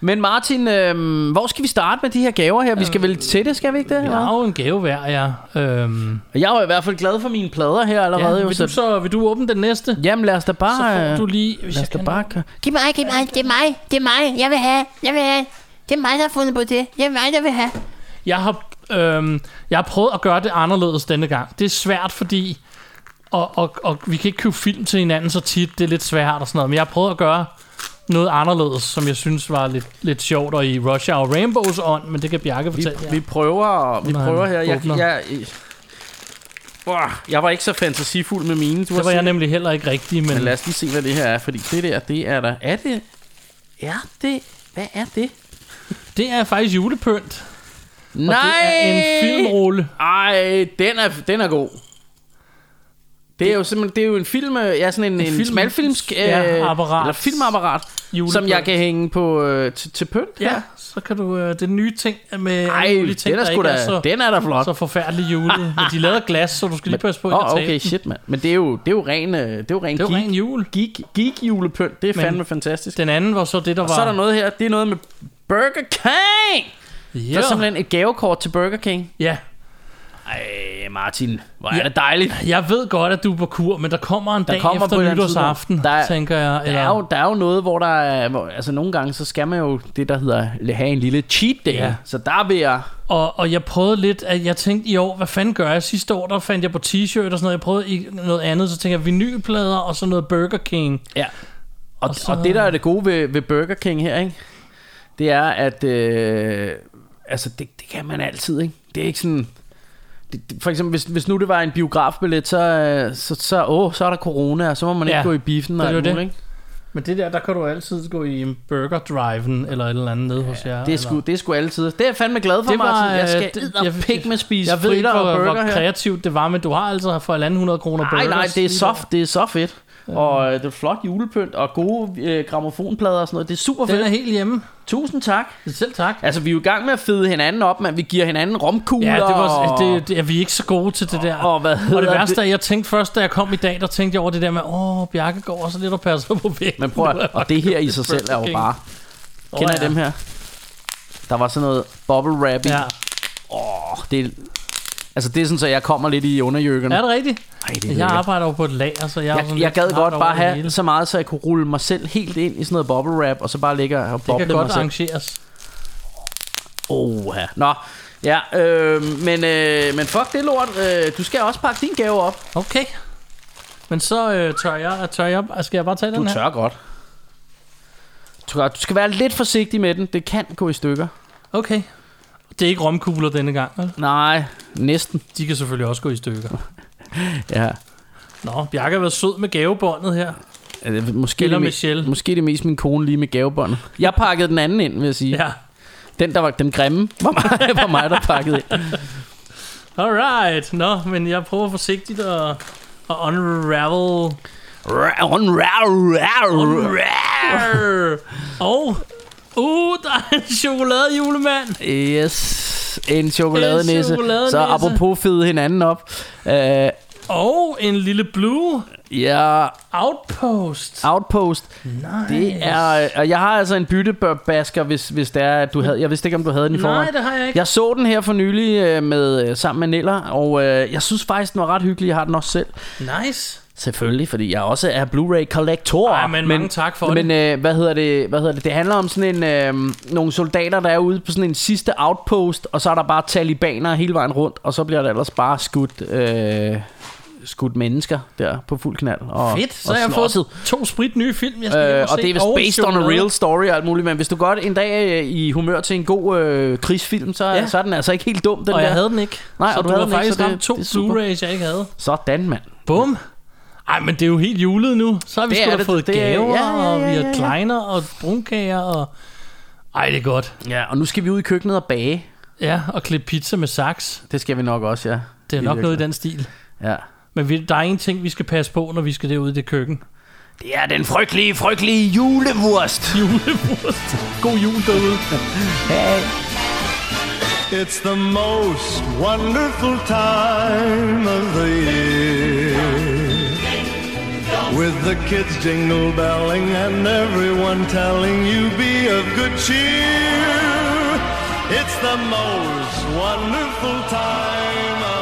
C: Men Martin, øh, hvor skal vi starte med de her gaver her? Vi skal vel til det, skal vi ikke det?
B: Så, Jeg
C: eller
B: har jo en gave hver, ja. Øhm,
C: hvad? Jeg er jo i hvert fald glad for mine plader her allerede.
B: ja
C: jo,
B: vil, du så, vil du åbne den næste?
C: Jamen lad os da bare...
B: Så får
C: øh,
B: du lige... Hvis
C: Lad os
B: jeg
C: da
B: kan.
C: bare... køre.
K: Giv mig, giv mig, det er mig, det er mig, jeg vil have, jeg vil have. Det er mig, der har fundet på det. Det er mig, der vil have.
B: Jeg har, øhm, jeg har prøvet at gøre det anderledes denne gang. Det er svært, fordi... Og, og, og vi kan ikke købe film til hinanden så tit. Det er lidt svært og sådan noget. Men jeg har prøvet at gøre noget anderledes, som jeg synes var lidt, lidt sjovt, og i Rush Hour Rainbows ånd, men det kan Bjarke
C: Vi,
B: fortælle jer.
C: vi prøver, vi
B: Når han
C: prøver her. Jeg,
B: åbner.
C: jeg, jeg, Uah, jeg var ikke så fantasifuld med mine. Du har
B: det var jeg
C: set-
B: nemlig heller ikke rigtig, men...
C: Men lad os lige se, hvad det her er, fordi det der, det er der... Er det... Er det... Hvad er det?
B: Det er faktisk julepynt. Og
C: Nej!
B: det er en filmrulle.
C: Ej, den er, den er god. Det er jo simpelthen det er jo en film, øh, ja, sådan en, en,
B: film-
C: en smalfilmsk øh,
B: ja, apparat.
C: eller filmapparat,
B: Julepynt.
C: som jeg kan hænge på øh, til, til pynt.
B: Ja, så kan du... Øh, det er nye ting med
C: Ej,
B: alle mulige ting,
C: den er
B: der
C: sgu
B: ikke
C: da,
B: er så,
C: den er da flot.
B: så forfærdelig jule. men de lavede glas, så du skal lige passe på,
C: Åh,
B: at
C: oh,
B: jeg
C: okay, shit, mand. Men det er jo, det er jo ren, øh, det er jo ren
B: Det var
C: geek,
B: ren jul.
C: geek, geek julepynt. Det er
B: Men-
C: fandme fantastisk.
B: Den anden var så det, der var...
C: Og så er der noget her, det er noget med Burger King.
B: Ja.
C: Der er simpelthen et gavekort til Burger King.
B: ja.
C: Ej, Martin, hvor er
B: Ja.
C: det dejligt.
B: Jeg ved godt, at du er på kur, men der kommer en der dag
C: kommer på et
B: efter
C: eller andet
B: nytårsaften,
C: tidspunkt.
B: der,
C: Der-
B: tænker jeg.
C: Der
B: Eller,
C: er, jo, der er jo noget, hvor der er, hvor, altså nogle gange, så skal man jo det, der hedder, have en lille cheat day.
B: Ja.
C: Ja. Så der vil jeg...
B: og, og jeg prøvede lidt, at jeg tænkte i år, hvad fanden gør jeg? Sidste år, der fandt jeg på t-shirt og sådan noget. Jeg prøvede i noget andet, så tænkte jeg vinylplader og så noget Burger King.
C: Ja. Og, og,
B: så-
C: så... og det, der er det gode ved, ved Burger King her, ikke? det er, at øh, altså, det, det kan man altid. Ikke? Det er ikke sådan... Det, det, for eksempel, hvis, hvis nu det var en biografbillet, så, øh, så, så, åh, så er der corona, og så må man
B: Ja,
C: ikke gå i biffen.
B: det
C: Og
B: er jo
C: alt
B: det.
C: muligt, ikke?
B: Men det der, der kan du altid gå i en Burger Driven eller et eller andet nede hos jer.
C: Det er,
B: eller-
C: sgu, det er sgu altid. Det er jeg fandme glad for,
B: Det var,
C: Martin. Jeg
B: øh,
C: skal
B: det-
C: edderpik
B: jeg-
C: med spise
B: Jeg ved ikke,
C: fritter og
B: hvor,
C: burger
B: hvor
C: her.
B: kreativt det var, men du har altså for 1.100 kroner
C: Nej,
B: burgers.
C: nej, det er
B: i
C: så,
B: dig.
C: det er så fedt. Og øh, det er flot julepynt og gode øh, gramofonplader og sådan noget. Det er super
B: Den
C: fedt.
B: er helt hjemme.
C: Tusind tak.
B: Selv tak.
C: Altså, vi er jo i gang med at fede hinanden op, men vi giver hinanden romkugler.
B: Ja, det var,
C: og-
B: det, det, er vi er ikke så gode til det der.
C: og hvad
B: og det
C: hedder
B: værste
C: det?
B: er, jeg tænkte først, da jeg kom i dag, der tænkte jeg over det der med, åh, Bjarke går også lidt og passer på væggen.
C: Men prøv at, og det her i sig selv er jo
B: Burger
C: bare...
B: Åh,
C: Kender I
B: ja.
C: dem her? Der var sådan noget bubble wrap i.
B: Ja.
C: Åh, det er, altså, det er sådan, så jeg kommer lidt i underjøkkerne.
B: Er det rigtigt?
C: Ej, det er
B: Jeg
C: lækkert.
B: arbejder jo på et lager, så jeg, er jo sådan
C: jeg, jeg
B: lidt
C: gad
B: træt
C: godt
B: over
C: bare
B: det hele.
C: have så meget, så jeg kunne rulle mig selv helt ind i sådan noget bubble wrap, og så bare ligge og
B: Det kan
C: boble mig
B: godt
C: selv.
B: arrangeres.
C: Oha. Nå, ja, øh, men, øh, men fuck det lort. Øh, du skal også pakke din gave op.
B: Okay. altså, Men så øh, tør jeg, tør jeg, skal jeg bare tage den
C: Du
B: her?
C: tør godt. tror, du skal være lidt forsigtig med den. Det kan gå i stykker.
B: Okay. Det er ikke romkugler denne gang, vel?
C: Nej, næsten.
B: De kan selvfølgelig også gå i stykker.
C: Ja.
B: Nå, Bjarke har været sød med gavebåndet her.
C: Er Øh, det- Måske
B: Eller
C: det, me-
B: Michelle.
C: måske det mest min kone lige med gavebåndet. Jeg pakkede den anden ind, vil jeg sige.
B: Ja.
C: Den, der var den grimme, var mig, var mig der pakkede ind.
B: Alright, nå, men jeg prøver forsigtigt at, at unravel... Unravel! Og... Uh, der er en chokoladejulemand!
C: Yes, en chokoladenisse.
B: En chokoladenisse.
C: Så apropos fede hinanden op. Uh,
B: Og en lille blue
C: ja,
B: outpost.
C: Outpost. Nice. Det er, og jeg har altså en byttebasker, hvis, hvis det er, at du havde, jeg vidste ikke, om du havde den i
B: Nej,
C: forvejen.
B: det har jeg ikke.
C: Jeg så den her for nylig øh, med, øh, sammen med Niller, og øh, jeg synes faktisk, den var ret hyggelig. Jeg har den også selv.
B: Nice.
C: Selvfølgelig, fordi jeg også er Blu-ray-kollektor.
B: Ej, men mange tak for
C: men, det. Øh, hvad hedder det? Hvad hedder det? Det handler om sådan en, øh, nogle soldater, der er ude på sådan en sidste outpost, og så er der bare talibaner hele vejen rundt, og så bliver der ellers bare skudt, øh, skudt mennesker der på fuld knald. Og,
B: Fedt, så
C: og
B: har jeg fået
C: snosset.
B: to sprit nye film, jeg skal hjem
C: Øh, og
B: se.
C: det er vist based on a
B: chokolade.
C: real story og alt muligt, men hvis du godt en dag øh, i humør til en god øh, krigsfilm, så,
B: Ja.
C: ja. så er den altså ikke helt dum, den
B: Og
C: der.
B: jeg havde den ikke.
C: Nej,
B: så
C: og du
B: du har
C: havde den ikke,
B: faktisk
C: så det-
B: ramt to
C: det er super.
B: Blu-rays, jeg ikke havde.
C: Sådan, mand.
B: Bum. Ej, men det er jo helt julet nu. Så har vi
C: Det
B: sgu
C: er
B: da
C: det.
B: fået
C: Det er-
B: gaver,
C: ja, ja, ja,
B: og vi
C: ja,
B: har
C: ja.
B: kleiner og brunkager, og... Ej, det er godt.
C: Ja, og nu skal vi ud i køkkenet og bage.
B: Ja, og klippe pizza med saks.
C: Det skal vi nok også, ja.
B: Det er nok noget i den stil.
C: Ja.
B: Men vi, der er en ting, vi skal passe på, når vi skal derude i det køkken.
C: Det er den frygtelige, frygtelige julevurst.
B: Julewurst. God jul derude.
C: Hey.
A: It's the most wonderful time of the year. With the kids jingle belling and everyone telling you be of good cheer. It's the most wonderful time of